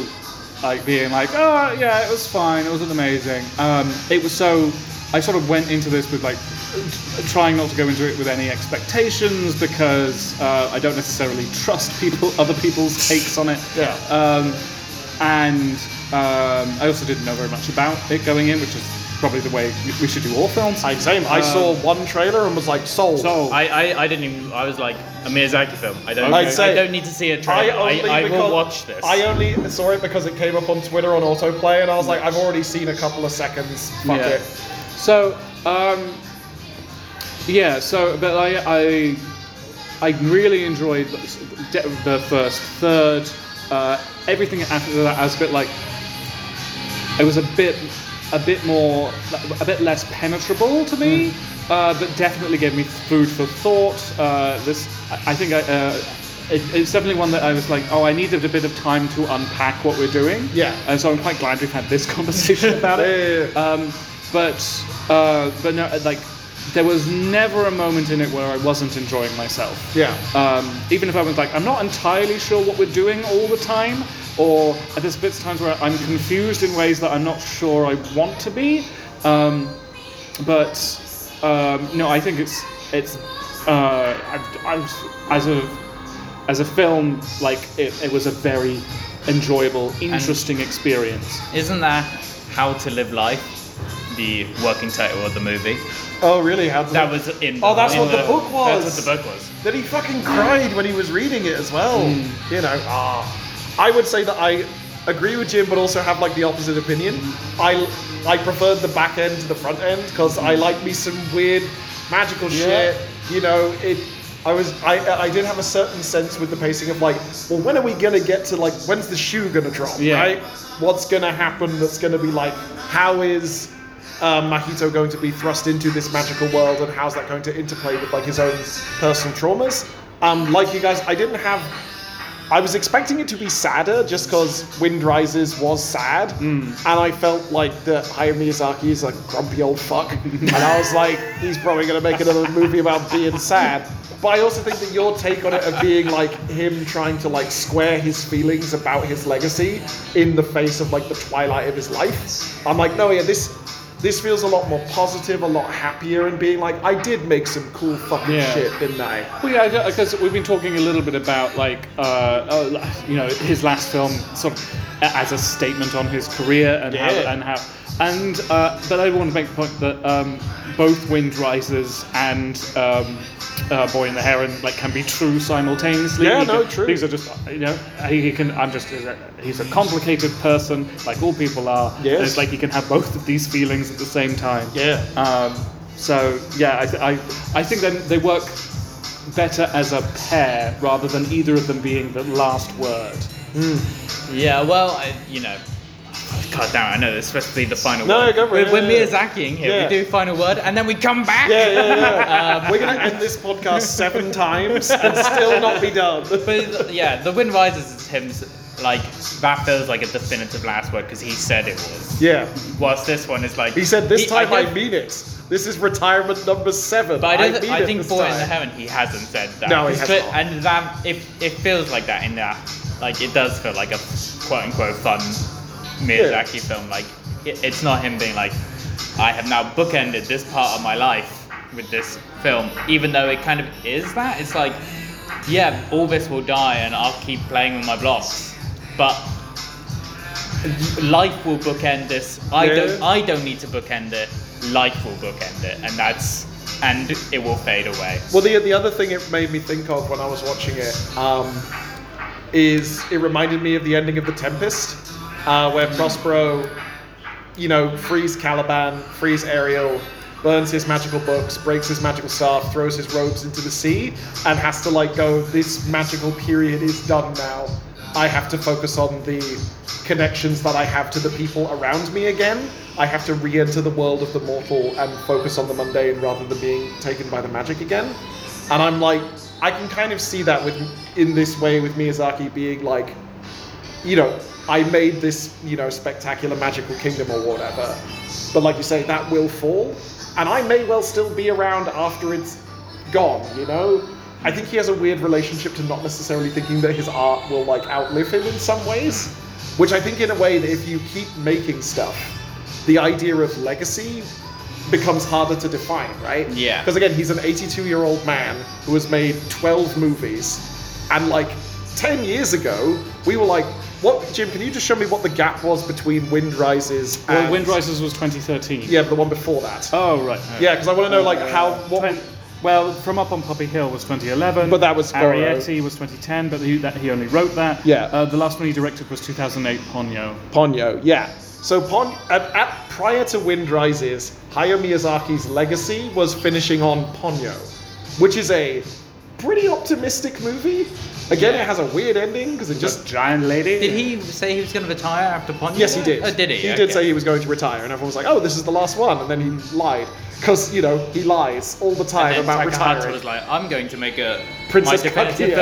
Speaker 4: like being like, "Oh yeah, it was fine. It wasn't amazing." Um, it was so. I sort of went into this with like t- trying not to go into it with any expectations because uh, I don't necessarily trust people, other people's takes on it.
Speaker 2: Yeah.
Speaker 4: Um, and um, I also didn't know very much about it going in, which is probably the way we should do all films. Um,
Speaker 2: I, same. I saw one trailer and was like, sold.
Speaker 4: so
Speaker 3: I, I, I didn't even. I was like a Miyazaki film. I don't.
Speaker 2: I'd
Speaker 3: I
Speaker 2: say-
Speaker 3: don't need to see a trailer. I, I, will
Speaker 2: because-
Speaker 3: watch this.
Speaker 2: I only saw it because it came up on Twitter on autoplay, and I was like, I've already seen a couple of seconds. Fuck
Speaker 4: yeah.
Speaker 2: it.
Speaker 4: So, um, yeah. So, but I, I, I really enjoyed the the first third. Uh, everything after that, I was a bit like, it was a bit, a bit more, a bit less penetrable to me. Uh, but definitely gave me food for thought. Uh, this, I I think, I, uh, it, it's definitely one that I was like, oh, I needed a bit of time to unpack what we're doing.
Speaker 2: Yeah.
Speaker 4: And so I'm quite glad we've had this conversation about it.
Speaker 2: Yeah, yeah, yeah.
Speaker 4: Um, but uh, but no, like there was never a moment in it where I wasn't enjoying myself.
Speaker 2: Yeah.
Speaker 4: Um, even if I was like, I'm not entirely sure what we're doing all the time, or there's bits times where I'm confused in ways that I'm not sure I want to be. Um, but um, no, I think it's it's uh, I, I, as a as a film like it, it was a very enjoyable, interesting experience.
Speaker 3: Isn't that How to Live Life, the working title of the movie?
Speaker 2: Oh, really? How did
Speaker 3: That was in.
Speaker 2: Oh, that's
Speaker 3: in
Speaker 2: what the book was.
Speaker 3: That's what the book was.
Speaker 2: That he fucking cried when he was reading it as well.
Speaker 4: Mm.
Speaker 2: You know, ah. I would say that I agree with Jim, but also have like the opposite opinion. I I preferred the back end to the front end because I like me some weird magical
Speaker 4: Yeah.
Speaker 2: shit. You know, it. I was I I did have a certain sense with the pacing of like, well, when are we gonna get to like, when's the shoe gonna drop?
Speaker 4: Yeah.
Speaker 2: Right? What's gonna happen? That's gonna be like, how is um, Mahito going to be thrust into this magical world, and how's that going to interplay with like his own personal traumas? Um, like you guys, I didn't have. I was expecting it to be sadder, just because Wind Rises was sad, and I felt like that Hayao Miyazaki is a grumpy old fuck, and I was like, he's probably going to make another movie about being sad. But I also think that your take on it of being like him trying to like square his feelings about his legacy in the face of like the twilight of his life, I'm like, no, yeah, this this feels a lot more positive, a lot happier, and being like, I did make some cool fucking
Speaker 4: Yeah.
Speaker 2: shit, didn't I?
Speaker 4: Well, yeah, because we've been talking a little bit about like, uh, oh, you know, his last film sort of a- as a statement on his career and how
Speaker 2: Yeah.
Speaker 4: and how and uh, but I want to make the point that um, both Wind Rises and um, uh, Boy and the Heron like can be true simultaneously.
Speaker 2: Yeah,
Speaker 4: He
Speaker 2: no,
Speaker 4: can-
Speaker 2: true.
Speaker 4: These are just you know he, he can. I'm just uh, he's a complicated person like all people are.
Speaker 2: Yes.
Speaker 4: And it's like he can have both of these feelings at the same time.
Speaker 2: Yeah.
Speaker 4: Um, so yeah, I, th- I, I think then they work better as a pair rather than either of them being the last word.
Speaker 3: Yeah, well, I, you know. God damn, it, I know this is supposed to be the final
Speaker 2: No,
Speaker 3: word.
Speaker 2: go for
Speaker 3: we're,
Speaker 2: it,
Speaker 3: We're
Speaker 2: yeah, yeah.
Speaker 3: Miyazakiing here.
Speaker 2: Yeah.
Speaker 3: We do final word, and then we come back.
Speaker 2: Yeah, yeah, yeah.
Speaker 3: Um,
Speaker 2: We're gonna end this podcast seven times and still not be done.
Speaker 3: But yeah, the Wind Rises is him. Like that feels like a definitive last word because he said it was.
Speaker 2: yeah.
Speaker 3: Whilst this one is like
Speaker 2: He said, this time I,
Speaker 3: don't-
Speaker 2: mean it. This is retirement number seven.
Speaker 3: But I,
Speaker 2: I
Speaker 3: don't,
Speaker 2: mean
Speaker 3: I,
Speaker 2: it
Speaker 3: think
Speaker 2: this
Speaker 3: Boy in the
Speaker 2: time."
Speaker 3: Heaven he hasn't said that.
Speaker 2: No, he
Speaker 3: It's
Speaker 2: has
Speaker 3: clear-
Speaker 2: not.
Speaker 3: And that it, it feels like that in that. Like it does feel like a quote unquote fun Miyazaki film. Like it, it's not him being like, I have now bookended this part of my life back with this film, even though it kind of is that. It's like, yeah, all this will die, and I'll keep playing with my blocks, but life will bookend this. I
Speaker 4: Yeah.
Speaker 3: don't. I don't need to bookend it. Life will bookend it, and that's and it will fade away.
Speaker 2: Well, the, the other thing it made me think of when I was watching it um, is it reminded me of the ending of The Tempest, uh, where Prospero, you know, frees Caliban, frees Ariel, burns his magical books, breaks his magical staff, throws his robes into the sea, and has to, like, go, this magical period is done now. I have to focus on the connections that I have to the people around me again. I have to re enter the world of the mortal and focus on the mundane rather than being taken by the magic again. And I'm like, I can kind of see that with in this way with Miyazaki being like, you know, I made this, you know, spectacular magical kingdom or whatever. But like you say, that will fall. And I may well still be around after it's gone, you know? I think he has a weird relationship to not necessarily thinking that his art will like outlive him in some ways. Which I think in a way that if you keep making stuff, the idea of legacy becomes harder to define, right?
Speaker 3: Yeah.
Speaker 2: Because again, he's an 82 year old man who has made 12 movies. And like 10 years ago, we were like, what, Jim, can you just show me what the gap was between Wind Rises and.
Speaker 4: Well, Wind Rises was 2013.
Speaker 2: Yeah, the one before that.
Speaker 4: Oh right.
Speaker 2: yeah, because I want to know like how. What,
Speaker 4: Twen- well, From Up on Poppy Hill was 2011.
Speaker 2: But that was borrowed.
Speaker 4: Arrietty was 2010, but he, that, he only wrote that.
Speaker 2: Yeah.
Speaker 4: Uh, the last one he directed was 2008, Ponyo.
Speaker 2: Ponyo, yeah. So Pon at, at prior to Wind Rises, Hayao Miyazaki's legacy was finishing on Ponyo, which is a pretty optimistic movie. Again, it has a weird ending because it just
Speaker 4: Giant Lady.
Speaker 3: Did he say he was going to retire after Ponyo?
Speaker 2: Yes, he did.
Speaker 3: Oh, did he?
Speaker 2: He
Speaker 3: Okay.
Speaker 2: did say he was going to retire, and everyone was like, "Oh, this is the last one," and then he lied because you know he lies all the time
Speaker 3: And then
Speaker 2: about
Speaker 3: Takahata
Speaker 2: retiring.
Speaker 3: was like, I'm going to make a
Speaker 2: Princess
Speaker 3: my definitive
Speaker 2: Kaguya.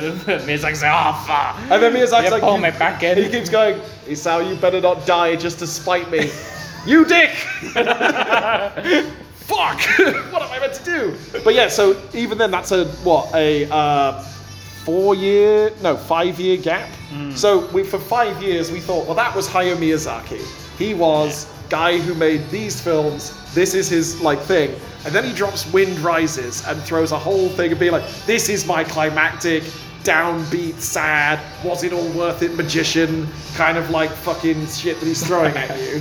Speaker 3: film. And he- Miyazaki's like, ah, fuck.
Speaker 2: and then Miyazaki's
Speaker 3: You
Speaker 2: like,
Speaker 3: pull
Speaker 2: "You-"
Speaker 3: me back in.
Speaker 2: He keeps going, "Isao, you better not die just to spite me, you dick." Fuck! what am I meant to do? But yeah, so even then, that's a what a uh, four-year, no, five-year gap. So we, for five years, we thought, well, that was Hayao Miyazaki. He was guy who made these films. This is his like thing. And then he drops Wind Rises and throws a whole thing of being like, this is my climactic, downbeat, sad, was it all worth it, magician kind of like fucking shit that he's throwing at you.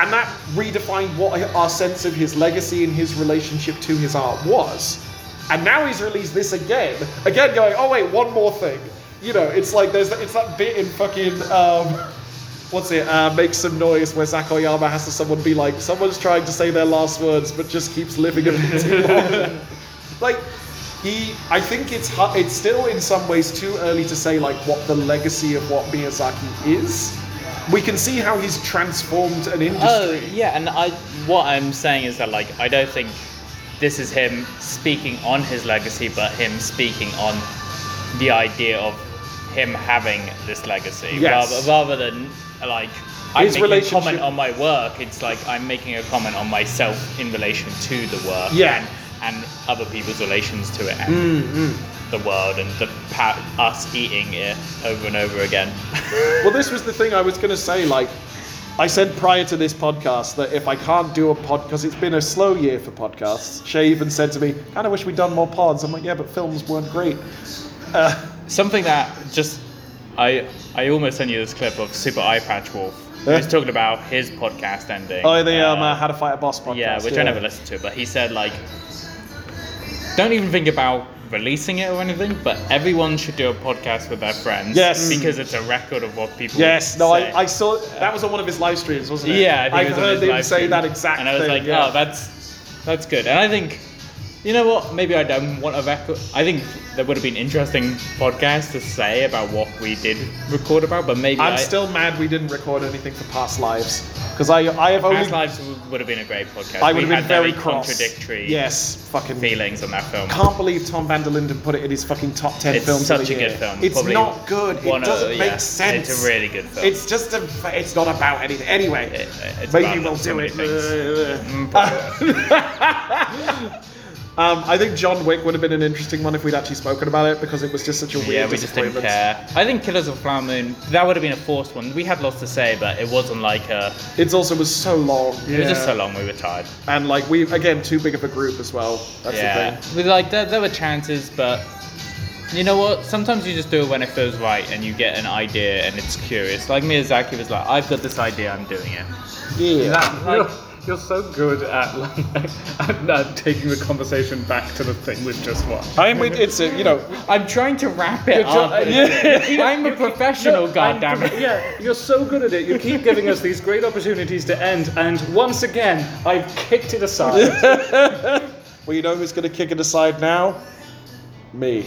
Speaker 2: And that redefined what our sense of his legacy and his relationship to his art was. And now he's released this again, again going, oh wait, one more thing. You know, it's like there's that, it's that bit in fucking um, what's it? Uh, Make some noise where Zakoyama has to someone be like, someone's trying to say their last words but just keeps living a bit too long. like he, I think it's hu- it's still in some ways too early to say like what the legacy of what Miyazaki is. We can see how he's transformed an industry.
Speaker 3: Oh, yeah, and I, what I'm saying is that, like, I don't think this is him speaking on his legacy, but him speaking on the idea of him having this legacy.
Speaker 2: Yes.
Speaker 3: Rather, rather than, like, I'm
Speaker 2: His
Speaker 3: making a
Speaker 2: relationship-
Speaker 3: comment on my work, it's like I'm making a comment on myself in relation to the work.
Speaker 2: Yeah. Mm.
Speaker 3: And, and other people's relations to it and the world and the pa- us eating it over and over again.
Speaker 2: Well, this was the thing I was going to say. Like, I said prior to this podcast that if I can't do a pod, because it's been a slow year for podcasts, Shay even said to me, kind of wish we'd done more pods. I'm like, yeah, but films weren't great. Uh,
Speaker 3: Something that just I I almost sent you this clip of Super Eye Patch Wolf. He was
Speaker 2: Yeah.
Speaker 3: talking about his podcast ending.
Speaker 2: oh, the um,
Speaker 3: Uh,
Speaker 2: uh, How to Fight a Boss podcast.
Speaker 3: yeah, which I never listened to, but he said like, don't even think about releasing it or anything, but everyone should do a podcast with their friends.
Speaker 2: Yes.
Speaker 3: because it's a record of what people.
Speaker 2: Yes, no,
Speaker 3: say.
Speaker 2: I, I saw that was on one of his live streams, wasn't it?
Speaker 3: Yeah, I think
Speaker 2: I've
Speaker 3: it was on
Speaker 2: heard
Speaker 3: his
Speaker 2: him
Speaker 3: live
Speaker 2: say
Speaker 3: stream.
Speaker 2: that exact
Speaker 3: And I was
Speaker 2: thing.
Speaker 3: like,
Speaker 2: yeah.
Speaker 3: oh, that's that's good. And I think, you know what? Maybe I don't want a record. I think that would have been interesting podcast to say about what we did record about, but maybe
Speaker 2: I'm
Speaker 3: I,
Speaker 2: still mad we didn't record anything for past lives because I I have only
Speaker 3: Past Lives w- would have been a great podcast.
Speaker 2: I
Speaker 3: we
Speaker 2: would have been
Speaker 3: had
Speaker 2: very, cross.
Speaker 3: contradictory
Speaker 2: Yes, fucking
Speaker 3: feelings on that film.
Speaker 2: Can't believe Tom Van der Linden put it in his fucking top ten
Speaker 3: it's
Speaker 2: films.
Speaker 3: such
Speaker 2: of
Speaker 3: a
Speaker 2: the year.
Speaker 3: good film.
Speaker 2: It's
Speaker 3: Probably
Speaker 2: not good.
Speaker 3: one
Speaker 2: It
Speaker 3: of-
Speaker 2: doesn't
Speaker 3: yeah,
Speaker 2: make sense.
Speaker 3: It's a really good film.
Speaker 2: It's just a. It's not about anything. Anyway,
Speaker 3: It- it's
Speaker 2: maybe
Speaker 3: about
Speaker 2: we'll
Speaker 3: so
Speaker 2: do
Speaker 3: many
Speaker 2: it.
Speaker 3: things.
Speaker 2: Uh,
Speaker 3: Mm, probably.
Speaker 2: Um, I think John Wick would have been an interesting one if we'd actually spoken about it because it was just such a weird
Speaker 3: Yeah, we just didn't
Speaker 2: disappointment.
Speaker 3: care. I think Killers of the Flower Moon, that would have been a forced one. We had lots to say, but it wasn't like a.
Speaker 2: It also was so long,
Speaker 3: It was
Speaker 4: Yeah.
Speaker 3: just so long, we were tired.
Speaker 2: and like we again too big of a group as well. That's
Speaker 3: yeah.
Speaker 2: the
Speaker 3: With like, there, there were chances, but you know what? Sometimes you just do it when it feels right and you get an idea and it's curious. Like Miyazaki was like, I've got this idea, I'm doing it.
Speaker 2: thing. Yeah.
Speaker 4: That, like, you're so good at, like, at uh, taking the conversation back to the thing we've just watched.
Speaker 2: I mean, it's a, you know,
Speaker 3: I'm trying to wrap it
Speaker 2: try-
Speaker 3: up.
Speaker 2: yeah.
Speaker 3: I'm a professional,
Speaker 4: I'm-
Speaker 3: goddammit.
Speaker 4: Yeah, you're so good at it. You keep giving us these great opportunities to end, and once again, I've kicked it aside.
Speaker 2: well, you know who's going to kick it aside now? Me.